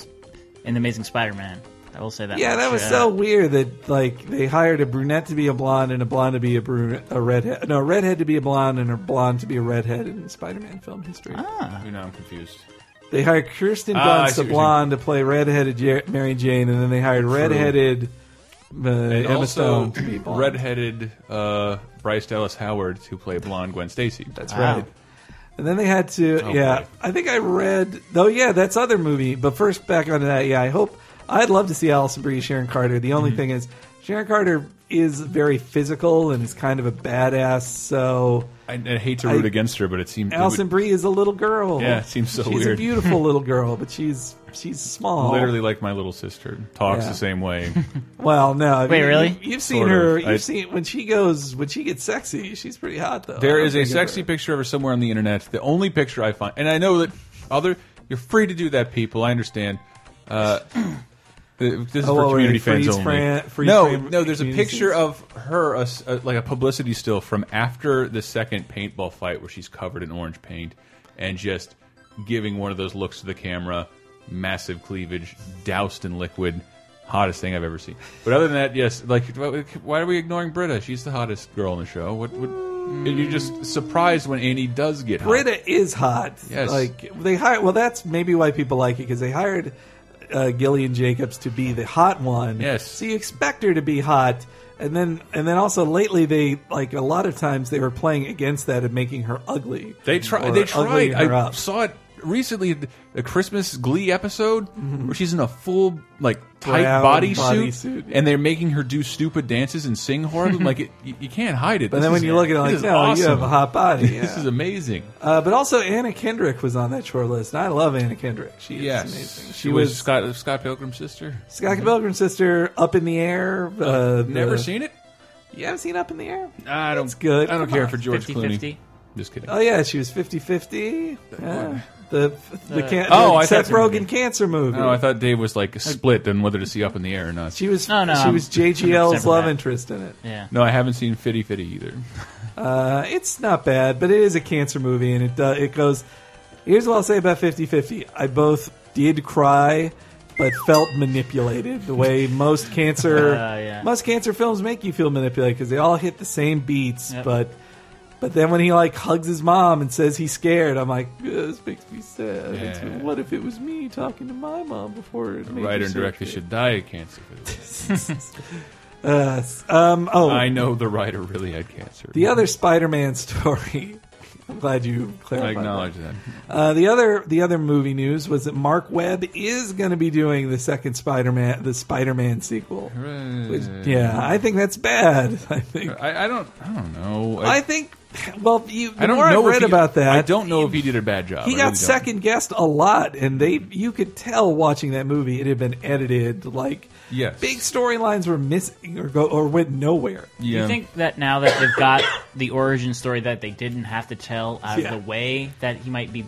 [SPEAKER 3] in the Amazing Spider-Man. I will say that.
[SPEAKER 1] Yeah,
[SPEAKER 3] much.
[SPEAKER 1] that was
[SPEAKER 3] Uh,
[SPEAKER 1] so weird that like they hired a brunette to be a blonde and a blonde to be a brunette, a redhead, no, a redhead to be a blonde and a blonde to be a redhead in Spider-Man film history.
[SPEAKER 3] Ah,
[SPEAKER 2] You know, I'm confused.
[SPEAKER 1] They hired Kirsten
[SPEAKER 2] Ah,
[SPEAKER 1] Dunst,
[SPEAKER 2] I see
[SPEAKER 1] a
[SPEAKER 2] what you're saying.
[SPEAKER 1] blonde, to play redheaded Jer- Mary Jane, and then they hired redheaded uh,
[SPEAKER 2] And
[SPEAKER 1] Emma
[SPEAKER 2] also,
[SPEAKER 1] Stone to be blonde.
[SPEAKER 2] redheaded uh, Bryce Dallas Howard to play blonde Gwen Stacy.
[SPEAKER 1] That's
[SPEAKER 3] Wow.
[SPEAKER 1] right. And then they had to,
[SPEAKER 2] Oh,
[SPEAKER 1] yeah.
[SPEAKER 2] boy.
[SPEAKER 1] I think I read, though, yeah, that's other movie. But first, back onto that, yeah, I hope, I'd love to see Allison Brie, Sharon Carter. The
[SPEAKER 2] Mm-hmm.
[SPEAKER 1] only thing is, Sharon Carter is very physical and is kind of a badass, so
[SPEAKER 2] I, I hate to root
[SPEAKER 1] I-
[SPEAKER 2] against her, but it seems it
[SPEAKER 1] Allison
[SPEAKER 2] would-
[SPEAKER 1] Brie is a little girl.
[SPEAKER 2] Yeah, it seems so
[SPEAKER 1] she's a
[SPEAKER 2] weird.
[SPEAKER 1] beautiful little girl, but she's she's small.
[SPEAKER 2] literally like my little sister talks
[SPEAKER 1] Yeah.
[SPEAKER 2] the same way.
[SPEAKER 1] Well, no. I
[SPEAKER 3] Wait,
[SPEAKER 1] mean,
[SPEAKER 3] really?
[SPEAKER 1] you- You've seen
[SPEAKER 2] Sort of.
[SPEAKER 1] her. You've
[SPEAKER 2] I-
[SPEAKER 1] seen when she goes when she gets sexy. She's pretty hot though.
[SPEAKER 2] There
[SPEAKER 1] I
[SPEAKER 2] is a
[SPEAKER 1] think of
[SPEAKER 2] sexy
[SPEAKER 1] her.
[SPEAKER 2] picture of her somewhere on the internet. The only picture I find, and I know that other, you're free to do that, people. I understand. Uh, this is
[SPEAKER 1] Oh,
[SPEAKER 2] for
[SPEAKER 1] well,
[SPEAKER 2] community
[SPEAKER 1] we freeze
[SPEAKER 2] fans only.
[SPEAKER 1] fran- freeze
[SPEAKER 2] no,
[SPEAKER 1] frame
[SPEAKER 2] no. There's a
[SPEAKER 1] communities.
[SPEAKER 2] picture of her, a s- a- like a publicity still from after the second paintball fight, where she's covered in orange paint and just giving one of those looks to the camera, massive cleavage, doused in liquid. Hottest thing I've ever seen. But other than that, yes. Like, why are we ignoring Britta? She's the hottest girl on the show. What? what and You're just surprised when Annie does get hot.
[SPEAKER 1] Britta is hot.
[SPEAKER 2] Yes.
[SPEAKER 1] Like they hired. Well, that's maybe why people like it because they hired uh, Gillian Jacobs to be the hot one.
[SPEAKER 2] Yes.
[SPEAKER 1] So you expect her to be hot, and then and then also lately they like a lot of times they were playing against that and making her ugly.
[SPEAKER 2] They tried.
[SPEAKER 1] or
[SPEAKER 2] They tried.
[SPEAKER 1] uglying her
[SPEAKER 2] I
[SPEAKER 1] up.
[SPEAKER 2] saw it recently, at the Christmas Glee episode where she's in a full like tight
[SPEAKER 1] Mm-hmm. Brown
[SPEAKER 2] body,
[SPEAKER 1] body
[SPEAKER 2] suit,
[SPEAKER 1] suit, yeah.
[SPEAKER 2] and they're making her do stupid dances and sing horribly. like it, you, you can't hide it.
[SPEAKER 1] And then when you look at it, like, no, you have a hot body.
[SPEAKER 2] This
[SPEAKER 1] Yeah.
[SPEAKER 2] is amazing.
[SPEAKER 1] Uh, but also Anna Kendrick was on that short list. And I love Anna Kendrick. She is
[SPEAKER 2] yes,
[SPEAKER 1] amazing.
[SPEAKER 2] she was Scott Scott Pilgrim's sister.
[SPEAKER 1] Scott Pilgrim's sister, Up in the Air. Uh,
[SPEAKER 2] Never
[SPEAKER 1] the-
[SPEAKER 2] seen it.
[SPEAKER 1] You haven't seen Up in the Air?
[SPEAKER 2] I don't.
[SPEAKER 1] good.
[SPEAKER 2] I don't
[SPEAKER 1] Come
[SPEAKER 2] care
[SPEAKER 1] on.
[SPEAKER 2] for George
[SPEAKER 3] 50,
[SPEAKER 2] Clooney.
[SPEAKER 3] 50.
[SPEAKER 2] Just kidding.
[SPEAKER 1] Oh yeah, she was 50-50. Yeah. The the,
[SPEAKER 3] Uh,
[SPEAKER 1] can-
[SPEAKER 2] Oh,
[SPEAKER 1] the
[SPEAKER 2] I thought
[SPEAKER 1] Seth
[SPEAKER 2] you were
[SPEAKER 1] Rogen
[SPEAKER 2] kidding.
[SPEAKER 1] cancer movie.
[SPEAKER 2] no, I thought Dave was like split on whether to see Up in the Air or not.
[SPEAKER 1] she was
[SPEAKER 3] No, no,
[SPEAKER 1] she was
[SPEAKER 3] I'm- I'm
[SPEAKER 1] JGL's
[SPEAKER 3] separate
[SPEAKER 1] love
[SPEAKER 3] that.
[SPEAKER 1] interest in it.
[SPEAKER 3] yeah.
[SPEAKER 2] No, I haven't seen Fitty Fitty either.
[SPEAKER 1] Uh, it's not bad, but it is a cancer movie, and it does it goes. Here's what I'll say about 50-50. I both did cry, but felt manipulated the way most cancer
[SPEAKER 3] Uh, yeah.
[SPEAKER 1] most cancer films make you feel manipulated because they all hit the same beats,
[SPEAKER 3] Yep.
[SPEAKER 1] but. But then when he like hugs his mom and says he's scared, I'm like, "Ugh, this makes me sad. It makes me-
[SPEAKER 2] Yeah.
[SPEAKER 1] what if it was me talking to my mom before it made
[SPEAKER 2] Writer
[SPEAKER 1] her
[SPEAKER 2] and
[SPEAKER 1] so
[SPEAKER 2] director
[SPEAKER 1] scared?
[SPEAKER 2] should die of cancer. For this.
[SPEAKER 1] Uh, s- um, oh,
[SPEAKER 2] I know the writer really had cancer.
[SPEAKER 1] the other Spider-Man story. I'm glad you
[SPEAKER 2] I
[SPEAKER 1] clarified. that.
[SPEAKER 2] acknowledge that.
[SPEAKER 1] Uh, the other the other movie news was that Mark Webb is going to be doing the second Spider-Man the Spider-Man sequel. Which, yeah, I think that's bad. I think
[SPEAKER 2] I, I don't. I don't know.
[SPEAKER 1] I think well, you, the
[SPEAKER 2] I don't
[SPEAKER 1] more
[SPEAKER 2] know
[SPEAKER 1] I've
[SPEAKER 2] if
[SPEAKER 1] read
[SPEAKER 2] he-
[SPEAKER 1] about that,
[SPEAKER 2] I don't know if he did a bad job.
[SPEAKER 1] He
[SPEAKER 2] I
[SPEAKER 1] got
[SPEAKER 2] really don't.
[SPEAKER 1] second guessed a lot, and they you could tell watching that movie it had been edited like
[SPEAKER 2] Yes.
[SPEAKER 1] big storylines were missing or go or went nowhere.
[SPEAKER 3] Do
[SPEAKER 2] Yeah.
[SPEAKER 3] you think that now that they've got the origin story that they didn't have to tell out
[SPEAKER 1] Yeah.
[SPEAKER 3] of the way, that he might be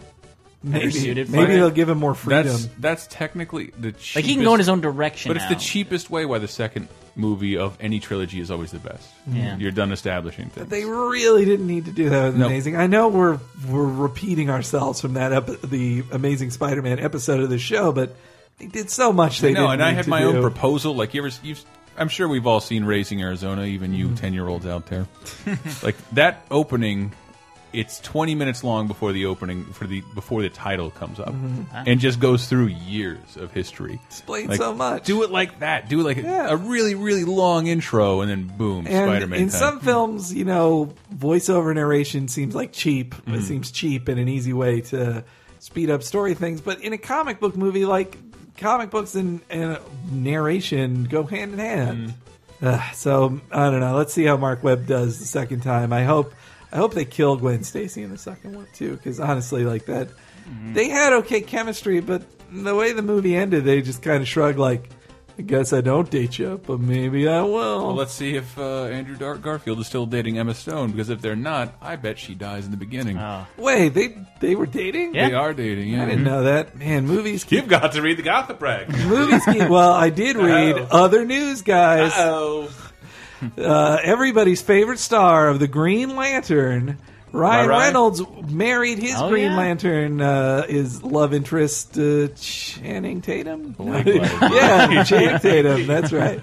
[SPEAKER 1] Maybe,
[SPEAKER 3] suited for
[SPEAKER 1] maybe
[SPEAKER 3] it.
[SPEAKER 1] they'll give him more freedom.
[SPEAKER 2] that's that's technically the cheapest,
[SPEAKER 3] like he can go in his own direction.
[SPEAKER 2] But it's the
[SPEAKER 3] now.
[SPEAKER 2] cheapest way. Why the second movie of any trilogy is always the best.
[SPEAKER 3] Yeah.
[SPEAKER 2] You're done establishing things.
[SPEAKER 1] They really didn't need to do that. It was
[SPEAKER 2] No.
[SPEAKER 1] amazing. I know we're we're repeating ourselves from that ep- the Amazing Spider-Man episode of the show, but they did so much. They
[SPEAKER 2] no,
[SPEAKER 1] didn't
[SPEAKER 2] and I
[SPEAKER 1] need
[SPEAKER 2] had
[SPEAKER 1] to
[SPEAKER 2] my
[SPEAKER 1] do.
[SPEAKER 2] own proposal. Like you ever, you've, I'm sure we've all seen Raising Arizona, even
[SPEAKER 1] Mm-hmm.
[SPEAKER 2] you ten year olds out there. like that opening, it's 20 minutes long before the opening for the before the title comes up,
[SPEAKER 1] Mm-hmm.
[SPEAKER 2] and just goes through years of history.
[SPEAKER 1] Explain
[SPEAKER 2] Like,
[SPEAKER 1] so much.
[SPEAKER 2] Do it like that. Do it like
[SPEAKER 1] Yeah.
[SPEAKER 2] a, a really really long intro, and then boom,
[SPEAKER 1] and
[SPEAKER 2] Spider-Man.
[SPEAKER 1] in
[SPEAKER 2] time.
[SPEAKER 1] some films, you know, voiceover narration seems like cheap.
[SPEAKER 2] Mm.
[SPEAKER 1] It seems cheap and an easy way to speed up story things. But in a comic book movie, like comic books and, and narration go hand in
[SPEAKER 2] Mm.
[SPEAKER 1] hand. Ugh, so I don't know. Let's see how Mark Webb does the second time. I hope I hope they kill Gwen Stacy in the second one too, because honestly, like that,
[SPEAKER 2] Mm-hmm.
[SPEAKER 1] they had okay chemistry, but the way the movie ended, they just kind of shrugged like. I guess I don't date you, but maybe I will.
[SPEAKER 2] Well, let's see if uh, Andrew Dar Garfield is still dating Emma Stone because if they're not, I bet she dies in the beginning.
[SPEAKER 3] Oh.
[SPEAKER 1] Wait, they they were dating?
[SPEAKER 3] Yeah. Mm-hmm.
[SPEAKER 2] They are dating. Yeah.
[SPEAKER 1] I didn't know that. Man, movies keep
[SPEAKER 2] You've got to read the Gotham Brag.
[SPEAKER 1] movies keep well, I did read
[SPEAKER 2] Uh-oh.
[SPEAKER 1] other news guys.
[SPEAKER 2] oh.
[SPEAKER 1] Uh, everybody's favorite star of the Green Lantern, Ryan
[SPEAKER 2] Ryan?
[SPEAKER 1] Reynolds married his
[SPEAKER 3] Oh,
[SPEAKER 1] Green
[SPEAKER 3] yeah.
[SPEAKER 1] Lantern uh, is love interest uh, Channing Tatum.
[SPEAKER 2] Blake Lively.
[SPEAKER 1] yeah, Channing Tatum, that's right.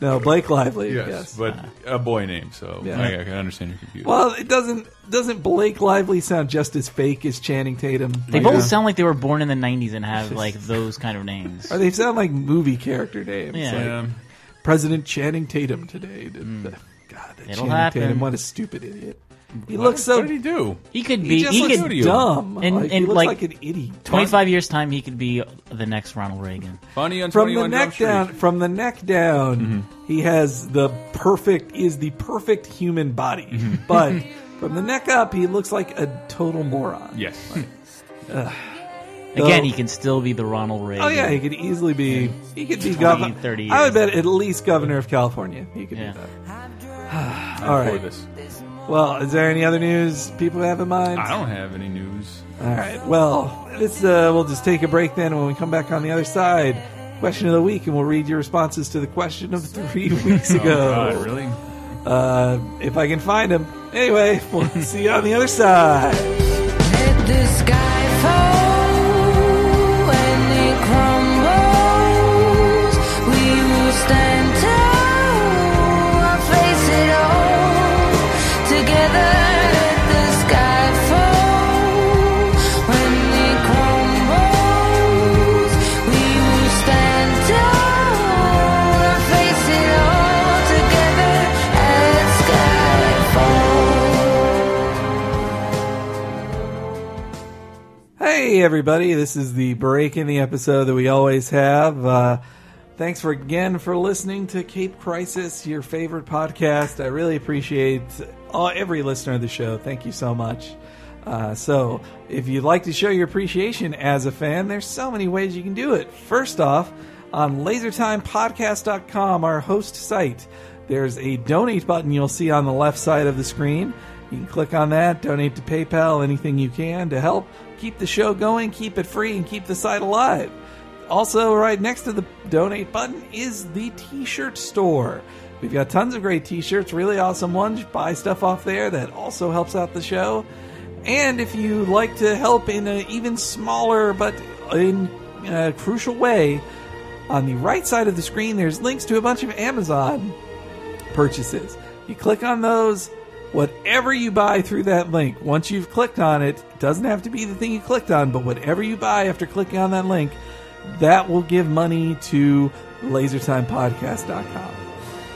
[SPEAKER 1] No, Blake Lively.
[SPEAKER 2] Yes,
[SPEAKER 1] yes.
[SPEAKER 2] but a boy name, so
[SPEAKER 1] Yeah.
[SPEAKER 2] I, I can understand your confusion.
[SPEAKER 1] well, it doesn't doesn't Blake Lively sound just as fake as Channing Tatum?
[SPEAKER 3] They
[SPEAKER 1] Like,
[SPEAKER 3] both
[SPEAKER 1] uh,
[SPEAKER 3] sound like they were born in the '90s and have like those kind of names.
[SPEAKER 1] or they sound like movie character names.
[SPEAKER 3] Yeah. Mm.
[SPEAKER 1] like-
[SPEAKER 2] Yeah.
[SPEAKER 1] President Channing Tatum today. did the- God, that Channing
[SPEAKER 3] happen.
[SPEAKER 1] Tatum, what a stupid idiot. He looks so.
[SPEAKER 2] What did he do?
[SPEAKER 3] He could
[SPEAKER 1] He
[SPEAKER 3] be.
[SPEAKER 1] just
[SPEAKER 3] He,
[SPEAKER 1] looks
[SPEAKER 3] could.
[SPEAKER 2] do?
[SPEAKER 1] dumb.
[SPEAKER 3] And-
[SPEAKER 1] like, he
[SPEAKER 3] and,
[SPEAKER 1] looks like,
[SPEAKER 3] like,
[SPEAKER 1] an idiot.
[SPEAKER 3] 25 years time, he could be the next Ronald Reagan.
[SPEAKER 2] Funny on
[SPEAKER 1] From the
[SPEAKER 2] 21 Jump
[SPEAKER 1] neck
[SPEAKER 2] Street.
[SPEAKER 1] down, from the neck down,
[SPEAKER 3] Mm-hmm.
[SPEAKER 1] he has the perfect is the perfect human body.
[SPEAKER 3] Mm-hmm.
[SPEAKER 1] But from the neck up, he looks like a total moron.
[SPEAKER 2] Yes.
[SPEAKER 3] Again,
[SPEAKER 1] Oh.
[SPEAKER 3] he can still be the Ronald Reagan.
[SPEAKER 1] Oh yeah, he could easily be. He could be
[SPEAKER 3] 20,
[SPEAKER 1] governor.
[SPEAKER 3] 30
[SPEAKER 1] I would
[SPEAKER 3] years.
[SPEAKER 1] bet at least governor of California. He could
[SPEAKER 3] Yeah.
[SPEAKER 1] do that. All
[SPEAKER 2] For
[SPEAKER 1] right.
[SPEAKER 2] this.
[SPEAKER 1] Well, is there any other news people have in mind?
[SPEAKER 2] I don't have any news.
[SPEAKER 1] All right. Well, this uh, we'll just take a break then. and When we come back on the other side, question of the week, and we'll read your responses to the question of three weeks
[SPEAKER 2] Oh, God,
[SPEAKER 1] ago.
[SPEAKER 2] really?
[SPEAKER 1] uh, if I can find them. Anyway, we'll see you on the other side.
[SPEAKER 5] Let the sky fall and it crumbles. We will stand tall and face it all together. Let the sky fall when it crumbles. We will stand tall and face it all together. Let sky fall.
[SPEAKER 1] Hey, everybody. This is the break in the episode that we always have. Uh, thanks for again for listening to Cape Crisis, your favorite podcast. I really appreciate all, every listener of the show. Thank you so much. Uh, so, if you'd like to show your appreciation as a fan, there's so many ways you can do it. First off, on lasertimepodcast.com, our host site, there's a donate button you'll see on the left side of the screen. You can click on that, donate to PayPal, anything you can to help keep the show going, keep it free, and keep the site alive. Also, right next to the donate button is the t shirt store. We've got tons of great t shirts, really awesome ones. Buy stuff off there, that also helps out the show. And if you like to help in an even smaller but in a crucial way, on the right side of the screen, there's links to a bunch of Amazon purchases. You click on those, Whatever you buy through that link, once you've clicked on it, doesn't have to be the thing you clicked on, but whatever you buy after clicking on that link, that will give money to lasertimepodcast.com.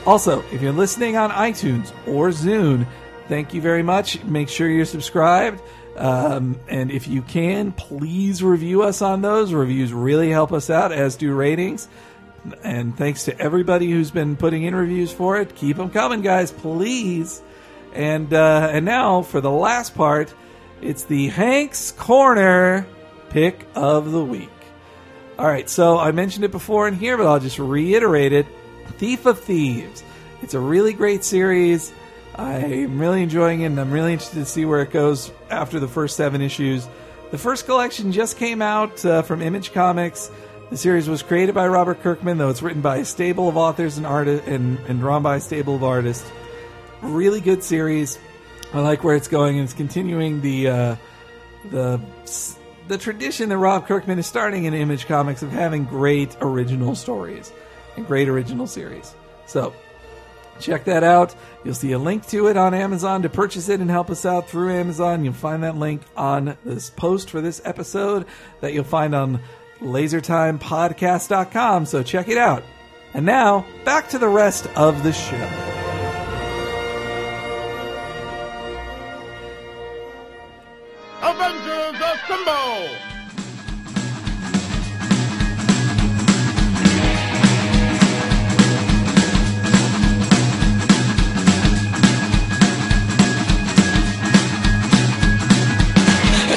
[SPEAKER 1] Also, if you're listening on iTunes or Zune, thank you very much. Make sure you're subscribed. Um, and if you can, please review us on those. Reviews really help us out, as do ratings. And thanks to everybody who's been putting in reviews for it. Keep them coming, guys, please. And uh, and now for the last part, it's the Hank's Corner pick of the week. All right, so I mentioned it before in here, but I'll just reiterate it. Thief of Thieves. It's a really great series. I'm really enjoying it, and I'm really interested to see where it goes after the first seven issues. The first collection just came out uh, from Image Comics. The series was created by Robert Kirkman, though it's written by a stable of authors and artists and, and drawn by a stable of artists really good series. I like where it's going, and it's continuing the uh, the the tradition that Rob Kirkman is starting in Image Comics of having great original stories and great original series. So check that out. You'll see a link to it on Amazon to purchase it and help us out through Amazon. You'll find that link on this post for this episode that you'll find on lasertimepodcast.com. So check it out. And now back to the rest of the show.
[SPEAKER 6] Avengers Assemble!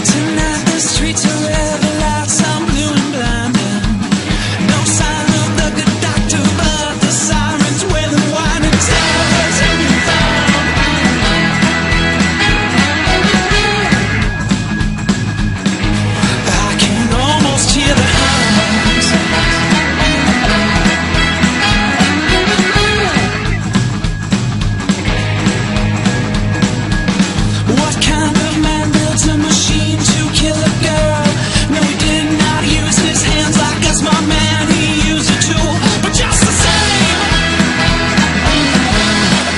[SPEAKER 7] Tonight the streets are everlasting, some blue and blinding. No sign of the good doctor, but the sirens wail and whine and tell us who you found. I can almost hear the hounds. What kind of man builds a machine to kill a girl? No, he did not use his hands like us, my man. He used a tool, but just the same.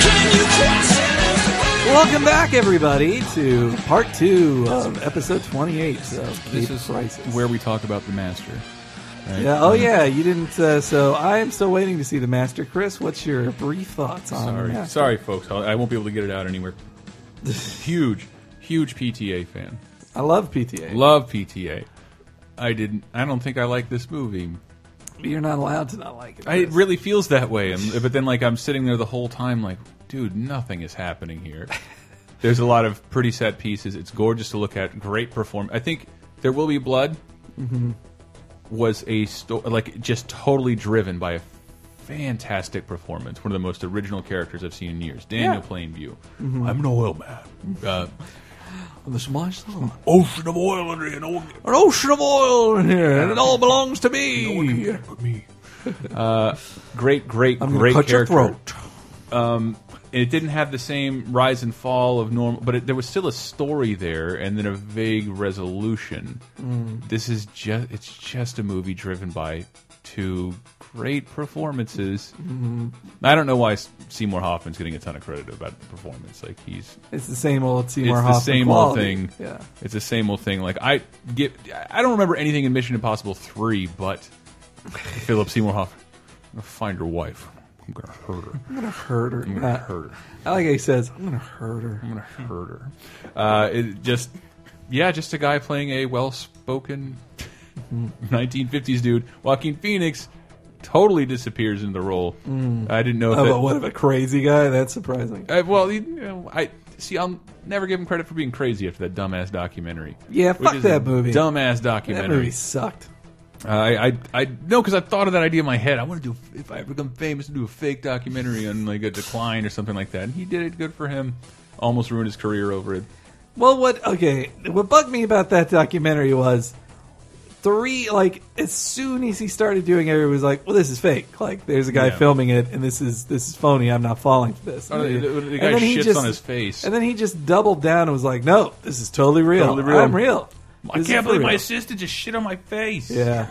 [SPEAKER 7] Can you cross it?
[SPEAKER 1] Welcome back, everybody, to part two of episode 28 of
[SPEAKER 2] This
[SPEAKER 1] Cape
[SPEAKER 2] is
[SPEAKER 1] Crisis.
[SPEAKER 2] where we talk about the master. right?
[SPEAKER 1] yeah, oh, yeah, you didn't. Uh, so I am still waiting to see the master. Chris, what's your brief thoughts on
[SPEAKER 2] Sorry,
[SPEAKER 1] that?
[SPEAKER 2] sorry, folks. I'll, I won't be able to get it out anywhere. huge, huge PTA fan.
[SPEAKER 1] I love PTA.
[SPEAKER 2] Love PTA. I didn't. I don't think I like this movie.
[SPEAKER 1] You're not allowed to not like it.
[SPEAKER 2] I, it
[SPEAKER 1] Chris.
[SPEAKER 2] really feels that way. And- But then, like, I'm sitting there the whole time, like, dude, nothing is happening here. There's a lot of pretty set pieces. It's gorgeous to look at. Great perform. I think there will be blood. Mm-hmm. Was a sto like just totally driven by a fantastic performance. One of the most original characters I've seen in years. Daniel
[SPEAKER 1] Yeah.
[SPEAKER 2] Plainview. I'm an oil man. Uh,
[SPEAKER 1] There's my Oh, song.
[SPEAKER 2] ocean of oil under you. No one,
[SPEAKER 1] An ocean of oil in here, and it all belongs to me.
[SPEAKER 2] no one can get it but me. Mm. Uh, great, great,
[SPEAKER 1] I'm
[SPEAKER 2] great
[SPEAKER 1] gonna cut
[SPEAKER 2] character.
[SPEAKER 1] your throat.
[SPEAKER 2] and it didn't have the same rise and fall of normal, but it, there was still a story there, and then a vague resolution.
[SPEAKER 1] Mm.
[SPEAKER 2] This is just—it's just a movie driven by two great performances.
[SPEAKER 1] Mm-hmm.
[SPEAKER 2] I don't know why S- Seymour Hoffman's getting a ton of credit about the performance. Like he's
[SPEAKER 1] It's the same old
[SPEAKER 2] it's
[SPEAKER 1] Seymour
[SPEAKER 2] the
[SPEAKER 1] Hoffman
[SPEAKER 2] same
[SPEAKER 1] quality.
[SPEAKER 2] old thing.
[SPEAKER 1] Yeah.
[SPEAKER 2] It's the same old thing. Like I get, I don't remember anything in Mission Impossible three, but Philip Seymour Hoffman, I'm gonna find your wife. I'm gonna hurt her. I'm
[SPEAKER 1] Hurt her.
[SPEAKER 2] gonna hurt her.
[SPEAKER 1] I like how he says, I'm going to hurt her.
[SPEAKER 2] I'm gonna hurt her. Uh, it just, yeah, just a guy playing a well-spoken 1950s dude. Joaquin Phoenix totally disappears in the role. I didn't know if
[SPEAKER 1] Oh,
[SPEAKER 2] that-
[SPEAKER 1] but what of a crazy guy? That's surprising.
[SPEAKER 2] I, well, you know, I see. I'll never give him credit for being crazy after that dumbass documentary.
[SPEAKER 1] Yeah,
[SPEAKER 2] Which
[SPEAKER 1] fuck
[SPEAKER 2] is
[SPEAKER 1] that
[SPEAKER 2] a
[SPEAKER 1] movie.
[SPEAKER 2] Dumbass
[SPEAKER 1] That
[SPEAKER 2] documentary. Uh,
[SPEAKER 1] movie sucked.
[SPEAKER 2] I, I, I no, because I thought of that idea in my head. I want to do if I become famous, do a fake documentary on like a decline or something like that. And he did it. Good for him. Almost ruined his career over it.
[SPEAKER 1] Well, what okay? What bugged me about that documentary was three. Like as soon as he started doing it, everybody was like, "Well, this is fake. Like, there's a guy
[SPEAKER 2] Yeah.
[SPEAKER 1] filming it, and this is this is phony. I'm not falling for this."
[SPEAKER 2] Oh,
[SPEAKER 1] And
[SPEAKER 2] the- the- the guy
[SPEAKER 1] then he
[SPEAKER 2] shits on his face.
[SPEAKER 1] and then he just doubled down and was like, "No, this is totally real.
[SPEAKER 2] Totally real.
[SPEAKER 1] I'm real.
[SPEAKER 2] I
[SPEAKER 1] This is
[SPEAKER 2] can't
[SPEAKER 1] for
[SPEAKER 2] believe my
[SPEAKER 1] real."
[SPEAKER 2] assistant just shit on my face.
[SPEAKER 1] Yeah.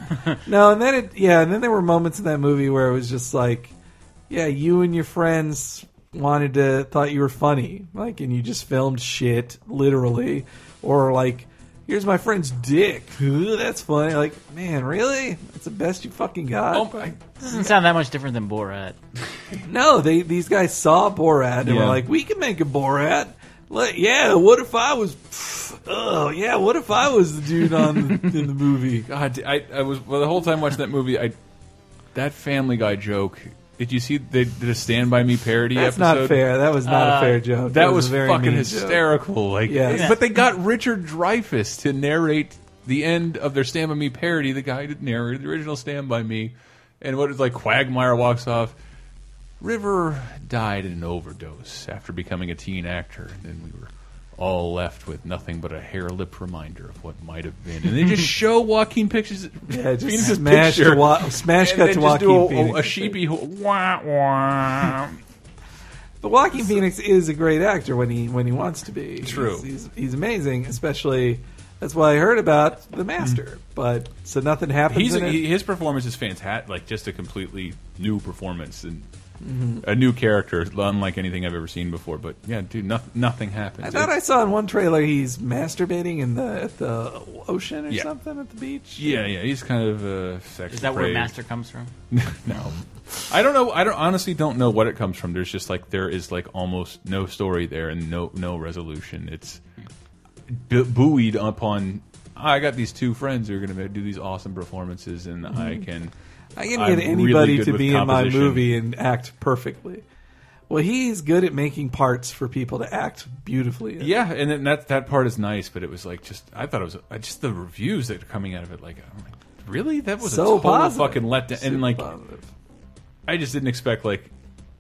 [SPEAKER 1] no, and then it yeah, and then there were moments in that movie where it was just like, yeah, you and your friends wanted to thought you were funny, like, and you just filmed shit literally, or like, here's my friend's dick. Ooh, that's funny. Like, man, really? That's the best you fucking got.
[SPEAKER 2] Oh, I-
[SPEAKER 3] Doesn't sound that much different than Borat.
[SPEAKER 1] No, they these guys saw Borat and were
[SPEAKER 2] Yeah.
[SPEAKER 1] like, "We can make a Borat." Like, yeah, what if I was? Oh, yeah, what if I was the dude on the, in the movie?
[SPEAKER 2] God, I, I was well, the whole time watching that movie. I that Family Guy joke. Did you see they did a Stand by Me parody?
[SPEAKER 1] That's
[SPEAKER 2] episode?
[SPEAKER 1] not fair. That was not a
[SPEAKER 3] Uh,
[SPEAKER 1] fair joke.
[SPEAKER 2] That
[SPEAKER 1] It
[SPEAKER 2] was,
[SPEAKER 1] a very
[SPEAKER 2] fucking
[SPEAKER 1] mean joke.
[SPEAKER 2] hysterical. Like,
[SPEAKER 1] Yeah.
[SPEAKER 2] but they got Richard Dreyfuss to narrate the end of their Stand by Me parody. The guy that narrated the original Stand by Me, and what is like Quagmire walks off. River died in an overdose after becoming a teen actor, and then we were all left with nothing but a hair lip reminder of what might have been. And they just show Joaquin pictures.
[SPEAKER 1] Yeah, just
[SPEAKER 2] Phoenix's
[SPEAKER 1] smash
[SPEAKER 2] picture,
[SPEAKER 1] to wa- smash
[SPEAKER 2] and
[SPEAKER 1] cut
[SPEAKER 2] then
[SPEAKER 1] to
[SPEAKER 2] just
[SPEAKER 1] Joaquin
[SPEAKER 2] do a,
[SPEAKER 1] Phoenix.
[SPEAKER 2] a, a sheepy ho- wah wah.
[SPEAKER 1] But Joaquin Phoenix is a great actor when he when he wants to be.
[SPEAKER 2] True.
[SPEAKER 1] he's, he's, he's amazing. Especially that's why I heard about The Master. But so nothing happens.
[SPEAKER 2] He's
[SPEAKER 1] in it?
[SPEAKER 2] he- his performance is fantastic. Like just a completely new performance and a new character, unlike anything I've ever seen before. But yeah, dude, no, nothing happens.
[SPEAKER 1] I thought I saw in one trailer he's masturbating in the at the ocean or
[SPEAKER 2] Yeah.
[SPEAKER 1] something at the beach.
[SPEAKER 2] yeah, yeah, he's kind of a sex.
[SPEAKER 3] Is that where
[SPEAKER 2] prey.
[SPEAKER 3] Master comes from?
[SPEAKER 2] no, I don't know. I don't honestly don't know what it comes from. There's just like there is like almost no story there and no no resolution. It's bu buoyed upon. "Ah, I got these two friends who are going to do these awesome performances, and I can.
[SPEAKER 1] Mm-hmm. I can
[SPEAKER 2] I'm
[SPEAKER 1] get
[SPEAKER 2] really
[SPEAKER 1] anybody
[SPEAKER 2] good
[SPEAKER 1] to
[SPEAKER 2] with
[SPEAKER 1] be in my
[SPEAKER 2] composition.
[SPEAKER 1] movie and act perfectly. Well, he's good at making parts for people to act beautifully. in.
[SPEAKER 2] Yeah, and then that that part is nice, but it was like just I thought it was uh, just the reviews that are coming out of it. Like, I'm like really, that was a
[SPEAKER 1] so
[SPEAKER 2] total
[SPEAKER 1] positive.
[SPEAKER 2] fucking letdown.
[SPEAKER 1] Super
[SPEAKER 2] And like,
[SPEAKER 1] positive.
[SPEAKER 2] I just didn't expect like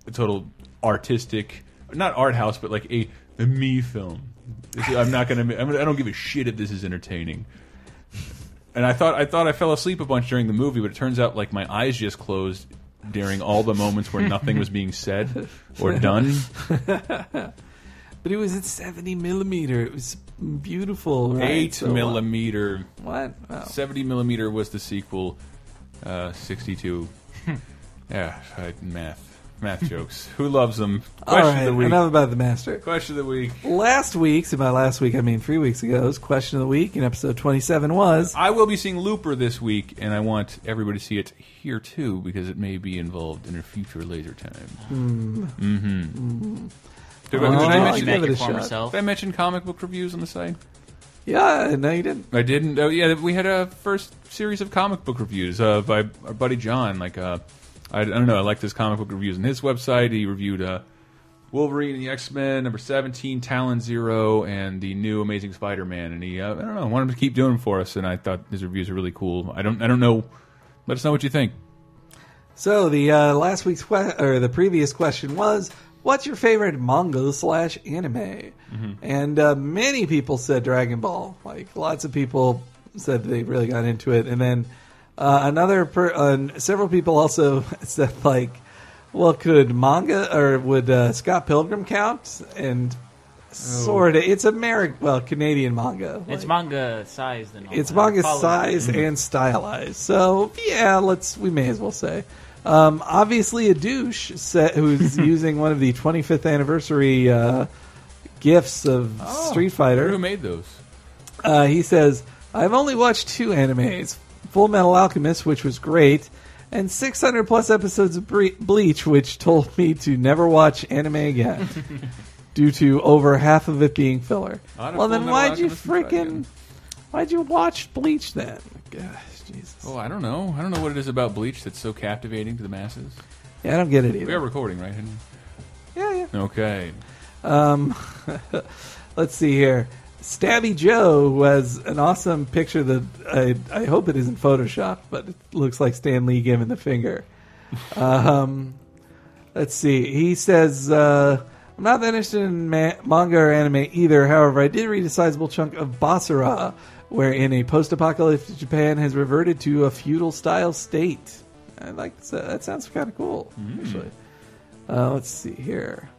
[SPEAKER 2] a total artistic, not art house, but like a, a me film. This- I'm not gonna. I'm gonna I don't give a shit if this is entertaining. And I thought I thought I fell asleep a bunch during the movie, but it turns out like my eyes just closed during all the moments where nothing was being said or done.
[SPEAKER 1] but it was at seventy millimeter. It was beautiful. Right?
[SPEAKER 2] Eight
[SPEAKER 1] So, uh,
[SPEAKER 2] millimeter.
[SPEAKER 1] What? Oh.
[SPEAKER 2] 70 millimeter was the sequel. Uh, 62. yeah, I- math, math jokes. Who loves them?
[SPEAKER 1] All
[SPEAKER 2] Question of
[SPEAKER 1] right.
[SPEAKER 2] the week.
[SPEAKER 1] Enough about the master.
[SPEAKER 2] Question of the week.
[SPEAKER 1] Last week's, and by last week I mean three weeks ago's question of the week in episode twenty-seven was
[SPEAKER 2] I will be seeing Looper this week, and I want everybody to see it here too because it may be involved in a future laser time. Mm. Mm-hmm.
[SPEAKER 1] Hmm.
[SPEAKER 2] Did I-
[SPEAKER 1] Well,
[SPEAKER 2] did I
[SPEAKER 1] I'll
[SPEAKER 2] mention-
[SPEAKER 1] give it
[SPEAKER 3] Make
[SPEAKER 1] a
[SPEAKER 3] your former
[SPEAKER 1] shot.
[SPEAKER 3] self.
[SPEAKER 2] did I mention comic book reviews on the site?
[SPEAKER 1] yeah. No, you didn't.
[SPEAKER 2] I didn't. Oh, yeah, we had a first series of comic book reviews uh, by our buddy John. Like, uh, I, I don't know. I liked his comic book reviews on his website. He reviewed uh, Wolverine and the X Men, number seventeen, Talon Zero, and the new Amazing Spider Man. And he, uh, I don't know, wanted to keep doing them for us. And I thought his reviews are really cool. I don't, I don't know. Let us know what you think.
[SPEAKER 1] So the uh, last week's que- or the previous question was, "What's your favorite manga slash anime?" And uh, many people said Dragon Ball. Like lots of people said they really got into it, and then uh, another per- uh, several people also said like, "Well, could manga or would uh, Scott Pilgrim count?" And sort of, it's American, well, Canadian manga.
[SPEAKER 3] It's
[SPEAKER 1] Like,
[SPEAKER 3] manga sized and all
[SPEAKER 1] it's
[SPEAKER 3] that. Mm-hmm.
[SPEAKER 1] manga
[SPEAKER 3] Follow-
[SPEAKER 1] size and stylized. So yeah, let's we may as well say. Um, obviously, a douche set, who's using one of the 25th anniversary uh, gifts of
[SPEAKER 3] Oh,
[SPEAKER 1] Street
[SPEAKER 2] Who
[SPEAKER 1] Fighter.
[SPEAKER 2] made those?
[SPEAKER 1] Uh, he says, "I've only watched two animes: Full Metal Alchemist, which was great, and 600 plus episodes of Bre- Bleach, which told me to never watch anime again." Due to over half of it being filler.
[SPEAKER 2] Not a
[SPEAKER 1] Well,
[SPEAKER 2] Full
[SPEAKER 1] then
[SPEAKER 2] Metal
[SPEAKER 1] why'd you
[SPEAKER 2] Alchemist and Fried
[SPEAKER 1] freaking
[SPEAKER 2] Again.
[SPEAKER 1] Why'd you watch Bleach then? Gosh, Jesus.
[SPEAKER 2] Oh, I don't know. I don't know what it is about Bleach that's so captivating to the masses.
[SPEAKER 1] Yeah, I don't get it
[SPEAKER 2] We are
[SPEAKER 1] either.
[SPEAKER 2] recording, right? Henry?
[SPEAKER 1] Yeah, yeah.
[SPEAKER 2] Okay.
[SPEAKER 1] Um, let's see here. Stabby Joe who has an awesome picture that I, I hope it isn't Photoshop, but it looks like Stan Lee giving the finger. Um, let's see. He says, uh, I'm not that interested in ma- manga or anime either. However, I did read a sizable chunk of Basara, wherein a post apocalyptic Japan has reverted to a feudal style state. I like that. That sounds kind of cool,
[SPEAKER 2] Mm.
[SPEAKER 1] actually. Uh, let's see here.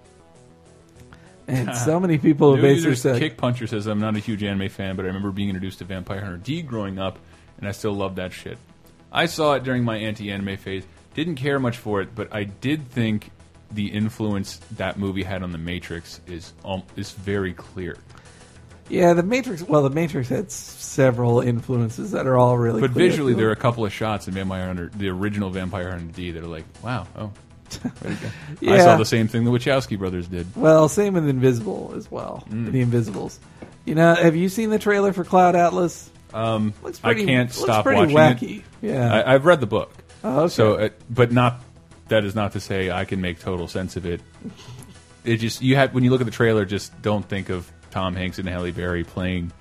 [SPEAKER 1] And so many people
[SPEAKER 2] New
[SPEAKER 1] basically
[SPEAKER 2] user
[SPEAKER 1] said,
[SPEAKER 2] Kick Puncher says I'm not a huge anime fan, but I remember being introduced to Vampire Hunter D growing up, and I still love that shit. I saw it during my anti-anime phase. Didn't care much for it, but I did think the influence that movie had on the Matrix is um, is very clear.
[SPEAKER 1] Yeah, the Matrix. Well, the Matrix had s- several influences that are all really.
[SPEAKER 2] But
[SPEAKER 1] clear.
[SPEAKER 2] visually, there are a couple of shots in Vampire Under the original Vampire Hunter D that are like, wow, oh, right again. I
[SPEAKER 1] Yeah.
[SPEAKER 2] saw the same thing the Wachowski brothers did.
[SPEAKER 1] Well, same with Invisible as well.
[SPEAKER 2] Mm.
[SPEAKER 1] The Invisibles. You know, have you seen the trailer for Cloud Atlas? Um, looks
[SPEAKER 2] I
[SPEAKER 1] pretty,
[SPEAKER 2] can't
[SPEAKER 1] looks
[SPEAKER 2] stop
[SPEAKER 1] pretty
[SPEAKER 2] watching
[SPEAKER 1] wacky.
[SPEAKER 2] it.
[SPEAKER 1] Yeah,
[SPEAKER 2] I, I've read the book,
[SPEAKER 1] Oh, okay.
[SPEAKER 2] so uh, but not that is not to say I can make total sense of it. It just you have when you look at the trailer, just don't think of Tom Hanks and Halle Berry playing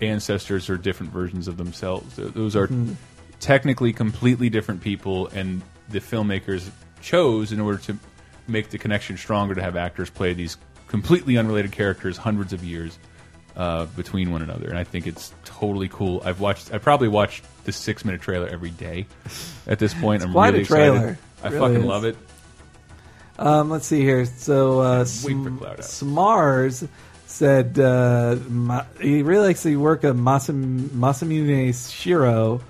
[SPEAKER 2] ancestors or different versions of themselves. Th- Those are
[SPEAKER 1] Mm-hmm.
[SPEAKER 2] technically completely different people, and the filmmakers chose in order to make the connection stronger to have actors play these completely unrelated characters hundreds of years uh, between one another. And I think it's totally cool. I've watched, I probably watched the six minute trailer every day at this point. I'm
[SPEAKER 1] quite
[SPEAKER 2] really
[SPEAKER 1] a trailer.
[SPEAKER 2] excited. I
[SPEAKER 1] Really
[SPEAKER 2] fucking
[SPEAKER 1] is.
[SPEAKER 2] love it.
[SPEAKER 1] Um, let's see here. So uh,
[SPEAKER 2] Wait for
[SPEAKER 1] Sm-
[SPEAKER 2] Cloud Atlas.
[SPEAKER 1] Smars said uh, Ma- he really likes the work of Masam- Masamune Shiro,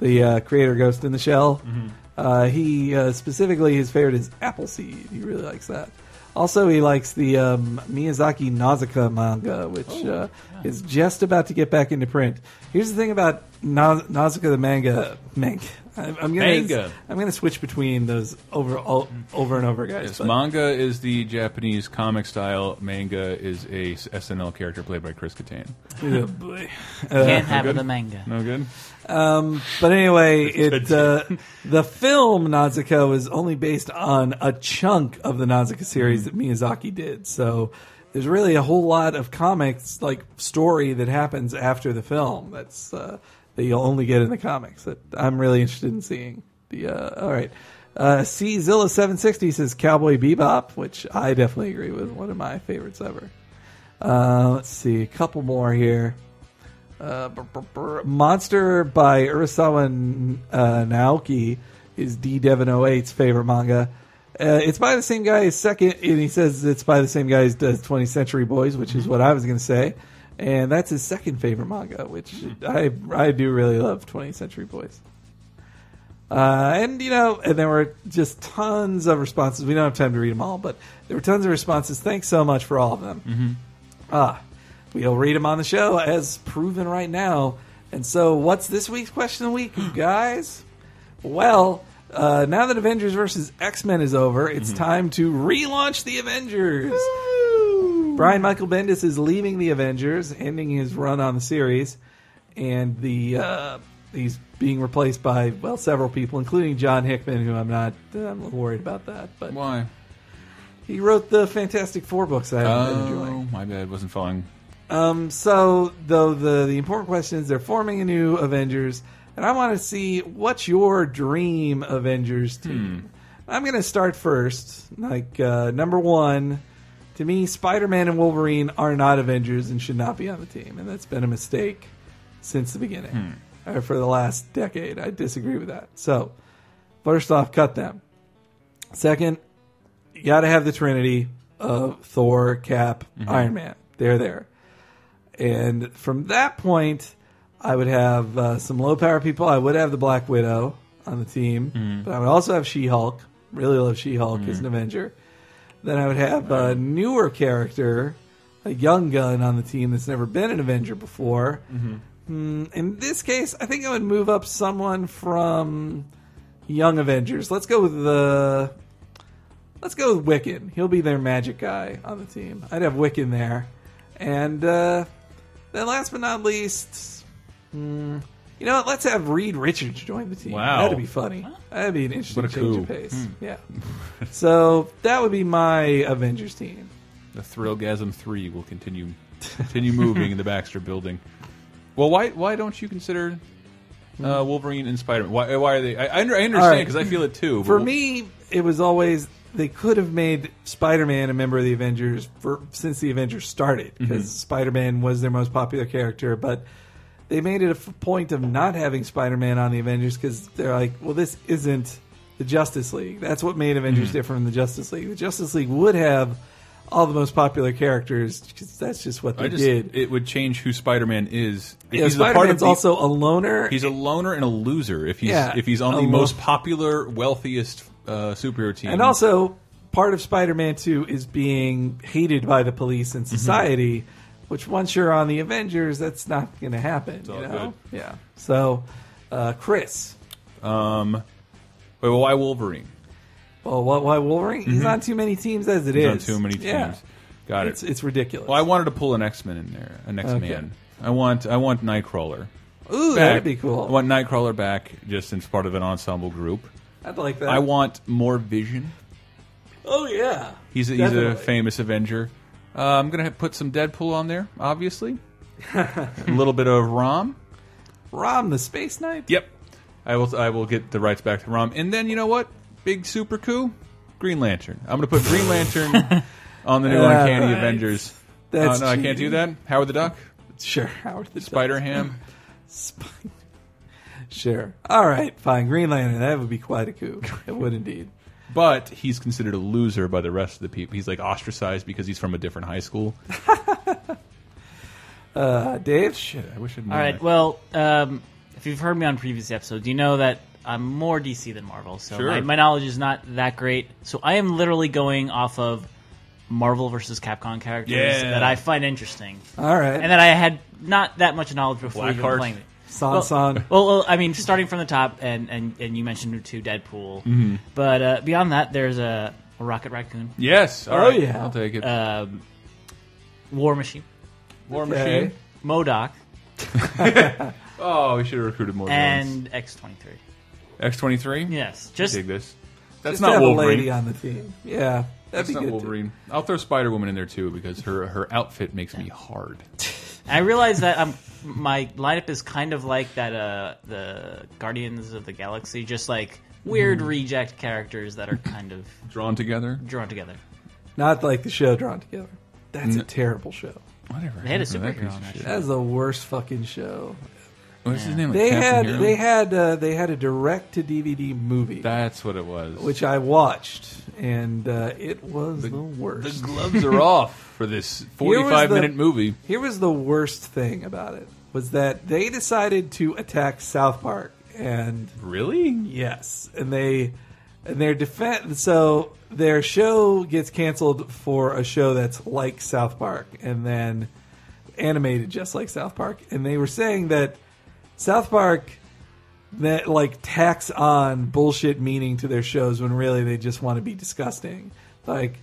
[SPEAKER 1] the uh, creator of Ghost in the Shell.
[SPEAKER 2] Mm-hmm.
[SPEAKER 1] Uh, he uh, specifically his favorite is Appleseed. He really likes that. Also, he likes the um, Miyazaki Nausicaa manga, which
[SPEAKER 2] Oh,
[SPEAKER 1] uh, is just about to get back into print. Here's the thing about Na- Nausicaa the manga. Manga. I'm, I'm gonna
[SPEAKER 2] Manga.
[SPEAKER 1] I'm gonna switch between those over all, over and over, guys.
[SPEAKER 2] Yes,
[SPEAKER 1] but-
[SPEAKER 2] manga is the Japanese comic style. Manga is a s- SNL character played by Chris Kattan.
[SPEAKER 3] Can't have the manga.
[SPEAKER 2] No good.
[SPEAKER 1] Um, but anyway, it uh, the film Nausicaa was only based on a chunk of the Nausicaa series that Miyazaki did. So there's really a whole lot of comics like story that happens after the film. That's uh, that you'll only get in the comics. That I'm really interested in seeing. The uh, all right. Uh, C Zilla 760 says Cowboy Bebop, which I definitely agree with. One of my favorites ever. Uh, let's see a couple more here. Uh, br- br- br- Monster by Urasawa uh, Naoki is D Devin 08's favorite manga. Uh, it's by the same guy as Second, and he says it's by the same guy as does 20th Century Boys, which is what I was going to say. And that's his second favorite manga, which I I do really love 20th Century Boys. Uh, and you know, and there were just tons of responses. We don't have time to read them all, but there were tons of responses. Thanks so much for all of them. Ah, we'll read them on the show as proven right now. And so, what's this week's question of the week, you guys? Well, uh, now that Avengers versus X Men is over, it's time to relaunch the Avengers. Brian Michael Bendis is leaving the Avengers, ending his run on the series, and the uh, he's being replaced by well several people, including John Hickman, who I'm not I'm a little worried about that, but
[SPEAKER 2] Why?
[SPEAKER 1] he wrote the Fantastic Four books I haven't been enjoying.
[SPEAKER 2] Oh, my bad. Wasn't following.
[SPEAKER 1] Um, so though the the important question is they're forming a new Avengers, and I want to see what's your dream Avengers team. I'm gonna start first. Like uh, number one, to me, Spider Man and Wolverine are not Avengers and should not be on the team, and that's been a mistake since the beginning or for the last decade. I disagree with that. So first off, cut them. Second, you got to have the Trinity of Thor, Cap, Iron Man. They're there. And from that point, I would have uh, some low power people. I would have the Black Widow on the team, but I would also have She Hulk. Really love She Hulk as an Avenger. Then I would have a newer character, a young gun on the team that's never been an Avenger before. Hmm, in this case, I think I would move up someone from Young Avengers. Let's go with the. Let's go with Wiccan. He'll be their magic guy on the team. I'd have Wiccan there, and uh, then last but not least, hmm, you know, what? let's have Reed Richards join the team.
[SPEAKER 2] Wow.
[SPEAKER 1] that'd be funny. That'd be an interesting
[SPEAKER 2] What a
[SPEAKER 1] change
[SPEAKER 2] coup.
[SPEAKER 1] of pace.
[SPEAKER 2] Hmm.
[SPEAKER 1] Yeah. so that would be my Avengers team.
[SPEAKER 2] The Thrillgasm Three will continue continue moving in the Baxter Building. Well, why why don't you consider uh, Wolverine and Spider Man? Why why are they? I, I under- I understand
[SPEAKER 1] Hmm. right.
[SPEAKER 2] because I feel it too. but
[SPEAKER 1] For
[SPEAKER 2] Wol-
[SPEAKER 1] me, it was always they could have made Spider-Man a member of the Avengers for since the Avengers started
[SPEAKER 2] Mm-hmm.
[SPEAKER 1] because Spider-Man was their most popular character, but they made it a f- point of not having Spider-Man on the Avengers because they're like, well, this isn't the Justice League. That's what made
[SPEAKER 2] Mm-hmm.
[SPEAKER 1] Avengers different from the Justice League. The Justice League would have all the most popular characters because that's just what they
[SPEAKER 2] I just
[SPEAKER 1] did.
[SPEAKER 2] it would change who Spider Man is.
[SPEAKER 1] yeah,
[SPEAKER 2] he's a part of
[SPEAKER 1] Spider-Man's
[SPEAKER 2] the-
[SPEAKER 1] also a loner.
[SPEAKER 2] he's a loner and a loser if he's
[SPEAKER 1] Yeah,
[SPEAKER 2] if he's on
[SPEAKER 1] a
[SPEAKER 2] the
[SPEAKER 1] lo-
[SPEAKER 2] most popular wealthiest uh, superhero team.
[SPEAKER 1] And also, part of Spider-Man 2 is being hated by the police
[SPEAKER 2] Mm-hmm.
[SPEAKER 1] and society, which once you're on the Avengers, that's not going to happen.
[SPEAKER 2] all
[SPEAKER 1] you know? Yeah. So, uh, Chris,
[SPEAKER 2] Wait, well, why Wolverine?
[SPEAKER 1] well, why, why Wolverine? He's on too many teams as it
[SPEAKER 2] Mm-hmm. He's
[SPEAKER 1] is.
[SPEAKER 2] on too many teams.
[SPEAKER 1] Yeah.
[SPEAKER 2] Got
[SPEAKER 1] It's
[SPEAKER 2] it.
[SPEAKER 1] it's ridiculous.
[SPEAKER 2] Well, I wanted to pull an X Men in there, an X Man. I want I want Nightcrawler.
[SPEAKER 1] Ooh,
[SPEAKER 2] back.
[SPEAKER 1] that'd be cool.
[SPEAKER 2] I want Nightcrawler back, just as part of an ensemble group.
[SPEAKER 1] I'd like that.
[SPEAKER 2] I want more Vision.
[SPEAKER 1] oh yeah.
[SPEAKER 2] He's a, he's a
[SPEAKER 1] Definitely.
[SPEAKER 2] famous Avenger. Uh, I'm gonna have- put some Deadpool on there, obviously. a little bit of Rom.
[SPEAKER 1] Rom the Space Knight.
[SPEAKER 2] Yep. I will. I will get the rights back to Rom, and then you know what? Big super coup, Green Lantern. I'm going to put Green Lantern on the new
[SPEAKER 1] Yeah,
[SPEAKER 2] Uncanny
[SPEAKER 1] right.
[SPEAKER 2] Avengers.
[SPEAKER 1] That's
[SPEAKER 2] oh, no, I can't
[SPEAKER 1] cheating.
[SPEAKER 2] do that. Howard the Duck,
[SPEAKER 1] Sure. Howard the Duck.
[SPEAKER 2] Spider Ham.
[SPEAKER 1] Spider. Sure. All right. Fine. Green Lantern. That would be quite a coup. It would indeed.
[SPEAKER 2] But he's considered a loser by the rest of the people. He's like ostracized because he's from a different high school.
[SPEAKER 1] Uh, Dave.
[SPEAKER 2] Shit, I wish I'd.
[SPEAKER 3] All right. Well, um, if you've heard me on previous episodes, you know that I'm more DC than Marvel, so
[SPEAKER 2] Sure.
[SPEAKER 3] my, my knowledge is not that great. So I am literally going off of Marvel versus Capcom characters
[SPEAKER 2] Yeah.
[SPEAKER 3] that I find interesting,
[SPEAKER 1] All right.
[SPEAKER 3] and that I had not that much knowledge before even
[SPEAKER 2] Blackheart.
[SPEAKER 3] playing it.
[SPEAKER 1] Sansan.
[SPEAKER 3] Well- Well, well, I mean, starting from the top, and and, and you mentioned too Deadpool,
[SPEAKER 2] Mm-hmm.
[SPEAKER 3] but uh, beyond that, there's a, a Rocket Raccoon,
[SPEAKER 2] yes. All
[SPEAKER 1] Oh,
[SPEAKER 2] right,
[SPEAKER 1] yeah.
[SPEAKER 2] I'll take it.
[SPEAKER 3] um, War Machine,
[SPEAKER 2] War
[SPEAKER 1] okay.
[SPEAKER 2] Machine.
[SPEAKER 3] Modoc,
[SPEAKER 2] Oh, we should have recruited more.
[SPEAKER 3] and X twenty three.
[SPEAKER 2] X twenty three.
[SPEAKER 3] Yes, just
[SPEAKER 2] Dig this. That's
[SPEAKER 1] Just
[SPEAKER 2] not
[SPEAKER 1] have
[SPEAKER 2] Wolverine.
[SPEAKER 1] a lady on the team. Yeah. That'd
[SPEAKER 2] That's
[SPEAKER 1] be
[SPEAKER 2] not
[SPEAKER 1] good. too.
[SPEAKER 2] Wolverine. I'll throw Spider Woman in there too because her her outfit makes me hard.
[SPEAKER 3] I realize that I'm my lineup is kind of like that uh the Guardians of the Galaxy, just like weird
[SPEAKER 1] Mm-hmm.
[SPEAKER 3] reject characters that are kind of
[SPEAKER 2] Drawn together.
[SPEAKER 3] drawn together.
[SPEAKER 1] Not like the show drawn together.
[SPEAKER 2] Mm.
[SPEAKER 1] That's a terrible show.
[SPEAKER 2] Whatever.
[SPEAKER 3] They had a
[SPEAKER 2] happened to that
[SPEAKER 3] superhero
[SPEAKER 2] piece of
[SPEAKER 3] on that
[SPEAKER 2] shit?
[SPEAKER 1] That is the worst fucking show.
[SPEAKER 2] What's his name? Like
[SPEAKER 1] They
[SPEAKER 2] Captain
[SPEAKER 1] had
[SPEAKER 2] Hero?
[SPEAKER 1] they had uh, they had a direct to DVD movie
[SPEAKER 2] That's what it was.
[SPEAKER 1] which I watched and uh, it was the, worst.
[SPEAKER 2] the gloves are off for this
[SPEAKER 1] Here was
[SPEAKER 2] forty-five
[SPEAKER 1] the-
[SPEAKER 2] minute movie.
[SPEAKER 1] Here was the worst thing about it was that they decided to attack South Park and
[SPEAKER 2] Really?
[SPEAKER 1] yes, and they and their defense so their show gets canceled for a show that's like South Park and then animated just like South Park and they were saying that South Park that like tax on bullshit meaning to their shows when really they just want to be disgusting. Like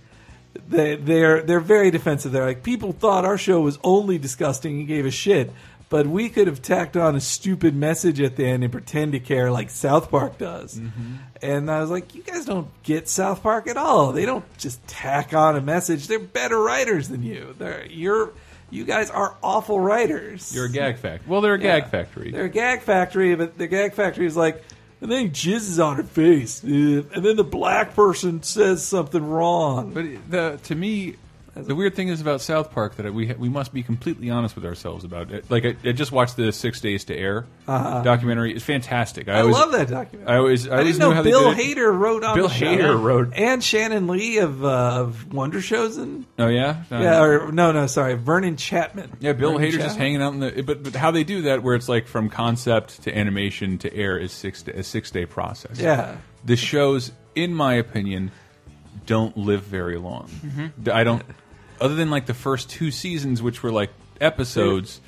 [SPEAKER 1] they they're they're very defensive. They're like people thought our show was only disgusting and gave a shit, but we could have tacked on a stupid message at the end and pretend to care like South Park does. And I was like, you guys don't get South Park at all. They don't just tack on a message. They're better writers than you. They're you're you guys are awful writers.
[SPEAKER 2] You're a gag fact. Well, they're a
[SPEAKER 1] Yeah.
[SPEAKER 2] gag factory.
[SPEAKER 1] They're a gag factory, but the gag factory is like, and then he jizzes on her face, ugh, and then the black person says something wrong.
[SPEAKER 2] But it- the to me, the weird thing is about South Park that we ha- we must be completely honest with ourselves about it. Like I, I just watched the Six Days to Air documentary. It's fantastic. I,
[SPEAKER 1] Uh-huh. I
[SPEAKER 2] always,
[SPEAKER 1] love that documentary.
[SPEAKER 2] I always I,
[SPEAKER 1] I,
[SPEAKER 2] always
[SPEAKER 1] didn't know
[SPEAKER 2] knew how
[SPEAKER 1] Bill
[SPEAKER 2] they did it.
[SPEAKER 1] Hader wrote on
[SPEAKER 2] Bill
[SPEAKER 1] the show.
[SPEAKER 2] Hader wrote-
[SPEAKER 1] and Shannon Lee of uh, of Wonder Shows and
[SPEAKER 2] Oh yeah, No,
[SPEAKER 1] yeah, or no, no, sorry, Vernon Chapman.
[SPEAKER 2] Yeah, Bill
[SPEAKER 1] Vernon
[SPEAKER 2] Hader's just
[SPEAKER 1] Chapman.
[SPEAKER 2] hanging out in the. But, but how they do that, where it's like from concept to animation to air, is six day, a six day process.
[SPEAKER 1] Yeah.
[SPEAKER 2] the shows, in my opinion, don't live very long.
[SPEAKER 1] Mm-hmm.
[SPEAKER 2] I don't, other than like the first two seasons, which were like episodes.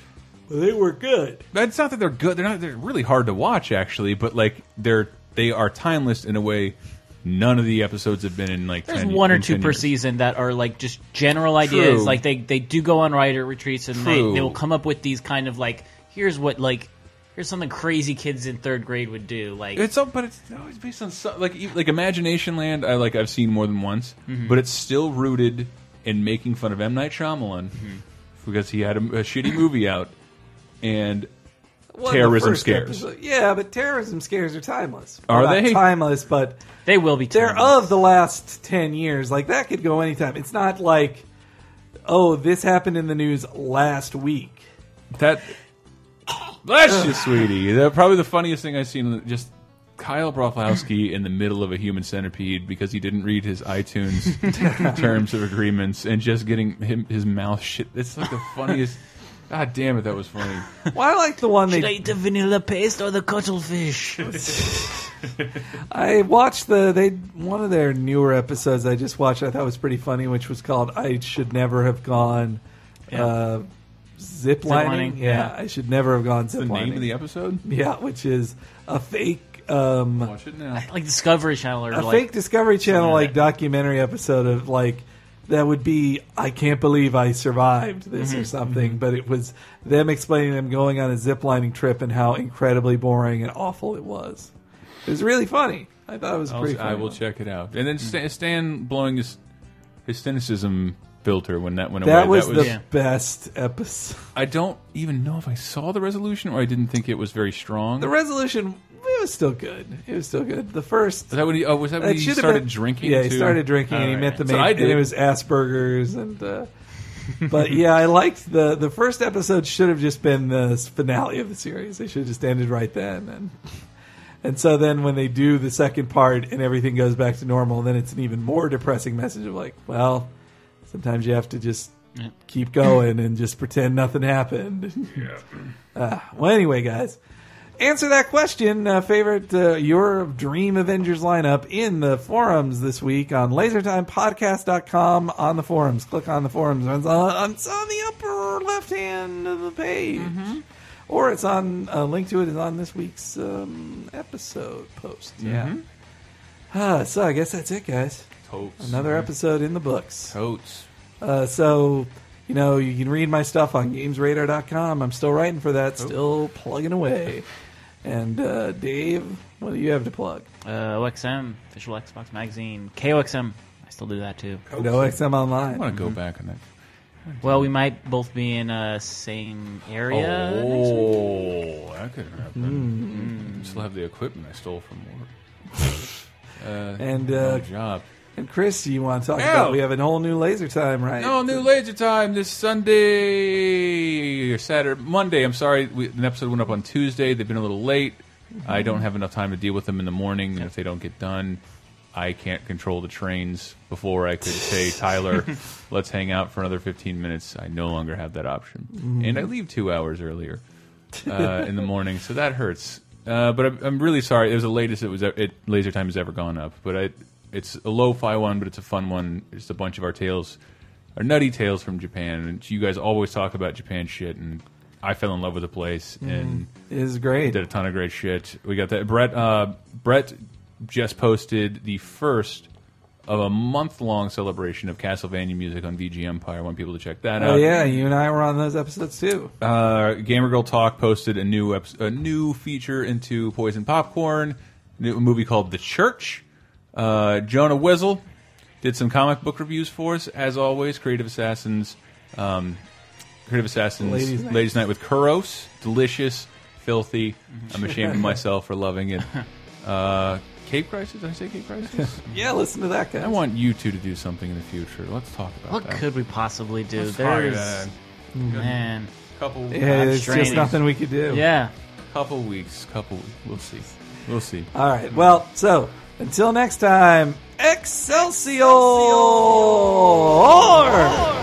[SPEAKER 1] Well, they were good.
[SPEAKER 2] That's not that they're good. They're not. They're really hard to watch, actually. But like they're they are timeless in a way. None of the episodes have been in like
[SPEAKER 3] there's
[SPEAKER 2] 10
[SPEAKER 3] one or
[SPEAKER 2] in
[SPEAKER 3] two
[SPEAKER 2] 10
[SPEAKER 3] per
[SPEAKER 2] years.
[SPEAKER 3] season that are like just general ideas.
[SPEAKER 2] True.
[SPEAKER 3] Like they they do go on writer retreats and they,
[SPEAKER 2] True.
[SPEAKER 3] they will come up with these kind of like here's what like here's something crazy kids in third grade would do. Like
[SPEAKER 2] It's all, but it's always based on so, like e- like Imagination Land. I like I've seen more than once,
[SPEAKER 3] Mm-hmm.
[SPEAKER 2] but it's still rooted in making fun of M Night Shyamalan
[SPEAKER 3] Mm-hmm.
[SPEAKER 2] because he had a, a shitty movie out, and
[SPEAKER 1] One of the
[SPEAKER 2] Terrorism
[SPEAKER 1] first
[SPEAKER 2] scares.
[SPEAKER 1] episode- Yeah, but terrorism scares are timeless.
[SPEAKER 2] Are
[SPEAKER 1] Well, not
[SPEAKER 2] they?
[SPEAKER 1] timeless? But
[SPEAKER 3] they will be
[SPEAKER 1] they're
[SPEAKER 3] terrible.
[SPEAKER 1] of the last 10 years like that could go anytime it's not like oh this happened in the news last week
[SPEAKER 2] that bless you, sweetie. That probably the funniest thing I've seen. Just Kyle Broflowski in the middle of a human centipede because he didn't read his iTunes terms of agreements and just getting him his mouth shit. It's like the funniest. God damn it, that was funny.
[SPEAKER 1] well i like the one
[SPEAKER 3] Should I
[SPEAKER 1] they
[SPEAKER 3] eat the vanilla paste or the cuttlefish?
[SPEAKER 1] I watched the they one of their newer episodes. I just watched. I thought was pretty funny, which was called "I Should Never Have Gone." Uh, zip lining,
[SPEAKER 3] Ziplining,
[SPEAKER 1] yeah,
[SPEAKER 3] yeah.
[SPEAKER 1] I should never have gone
[SPEAKER 2] The
[SPEAKER 1] zip
[SPEAKER 2] name of the episode?
[SPEAKER 1] yeah, which is a fake, um,
[SPEAKER 2] Watch it now.
[SPEAKER 3] like Discovery Channel or
[SPEAKER 1] a
[SPEAKER 3] like
[SPEAKER 1] fake Discovery Channel
[SPEAKER 3] like
[SPEAKER 1] like documentary episode of like that would be I can't believe I survived this
[SPEAKER 2] Mm-hmm.
[SPEAKER 1] or something, but it was them explaining them going on a ziplining trip and how incredibly boring and awful it was. It was really funny. I thought it was pretty.
[SPEAKER 2] I'll, I
[SPEAKER 1] funny.
[SPEAKER 2] will check it out. And then Stan, Stan blowing his his cynicism filter when that went away.
[SPEAKER 1] That was,
[SPEAKER 2] that was
[SPEAKER 1] the
[SPEAKER 3] Yeah.
[SPEAKER 1] best episode.
[SPEAKER 2] I don't even know if I saw the resolution or I didn't think it was very strong.
[SPEAKER 1] The resolution it was still good. It was still good. The first
[SPEAKER 2] was that when he, oh, was that
[SPEAKER 1] It
[SPEAKER 2] when he
[SPEAKER 1] should've
[SPEAKER 2] started
[SPEAKER 1] been-
[SPEAKER 2] drinking?
[SPEAKER 1] Yeah, he
[SPEAKER 2] too?
[SPEAKER 1] started drinking, and he
[SPEAKER 2] All
[SPEAKER 1] met the
[SPEAKER 2] So
[SPEAKER 1] main.
[SPEAKER 2] I
[SPEAKER 1] And
[SPEAKER 2] did.
[SPEAKER 1] it was Asperger's, and uh, but yeah, I liked the the first episode. Should have just been the finale of the series. They should have just ended right then, and and so then when they do the second part and everything goes back to normal, then it's an even more depressing message of like, well, sometimes you have to just keep going and just pretend nothing happened. Uh, well, anyway, guys, answer that question. Uh, favorite uh, your dream Avengers lineup in the forums this week on LaserTimePodcast.com on the forums. Click on the forums. It's on, it's on the upper left hand of the page. Or it's on a link to it is on this week's um, episode post. Yeah. Ah, so I guess that's it, guys.
[SPEAKER 2] Totes.
[SPEAKER 1] Another episode in the books.
[SPEAKER 2] Totes.
[SPEAKER 1] Uh, so, you know, you can read my stuff on gamesradar.com. I'm still writing for
[SPEAKER 2] Oh.
[SPEAKER 1] that, still plugging away. And uh, Dave, what do you have to plug?
[SPEAKER 3] uh, OXM, official Xbox magazine, KOXM. I still do that too.
[SPEAKER 2] Oh,
[SPEAKER 1] No XM
[SPEAKER 2] I
[SPEAKER 1] Online.
[SPEAKER 2] want to go back on that.
[SPEAKER 3] Well, we might both be in uh, same area. next week.
[SPEAKER 2] Oh, that could happen.
[SPEAKER 1] Hmm.
[SPEAKER 2] Still have the equipment I stole from work. Uh,
[SPEAKER 1] And
[SPEAKER 2] no
[SPEAKER 1] uh,
[SPEAKER 2] job.
[SPEAKER 1] and Chris, you want to talk
[SPEAKER 2] Ow.
[SPEAKER 1] about? We have a whole new laser time, right?
[SPEAKER 2] No, new laser time this Sunday or Saturday, Monday. I'm sorry, we, an episode went up on Tuesday. They've been a little late. I don't have enough time to deal with them in the morning, and if they don't get done, I can't control the trains. Before I could say, Tyler, let's hang out for another 15 minutes. I no longer have that option, and I leave two hours earlier uh, in the morning, so that hurts. Uh, but I'm, I'm really sorry. It was the latest it was it laser time has ever gone up. But I, it's a lo-fi one, but it's a fun one. It's a bunch of our tales, our nutty tales from Japan. And you guys always talk about Japan shit, and I fell in love with the place
[SPEAKER 1] Mm-hmm.
[SPEAKER 2] and
[SPEAKER 1] It is great.
[SPEAKER 2] did a ton of great shit. We got that Brett. Uh, Brett just posted the first of a month-long celebration of Castlevania music on VG Empire. I want people to check that out
[SPEAKER 1] Oh yeah, you and I were on those episodes too.
[SPEAKER 2] uh, Gamer Girl Talk posted a new eps a new feature into Poison Popcorn, new- a movie called The Church. Uh, Jonah Wizzle did some comic book reviews for us, as always. Creative Assassins, um, Creative Assassins,
[SPEAKER 1] Ladies' Night.
[SPEAKER 2] Ladies Night with Kuros, delicious, filthy.
[SPEAKER 1] Mm-hmm.
[SPEAKER 2] I'm ashamed of myself for loving it. Uh, Cape Crisis? Did I say Cape Crisis?
[SPEAKER 1] Yeah, listen to that guy.
[SPEAKER 2] I want you two to do something in the future. Let's talk about
[SPEAKER 3] What
[SPEAKER 2] that.
[SPEAKER 3] could we possibly do?
[SPEAKER 2] Sorry,
[SPEAKER 3] There's
[SPEAKER 2] uh,
[SPEAKER 3] man.
[SPEAKER 2] couple.
[SPEAKER 1] Yeah,
[SPEAKER 3] I'm
[SPEAKER 1] it's just
[SPEAKER 3] straining.
[SPEAKER 1] nothing we could do.
[SPEAKER 3] Yeah.
[SPEAKER 2] couple weeks, couple. We'll see. We'll see.
[SPEAKER 1] All right. Well, so until next time, Excelsior!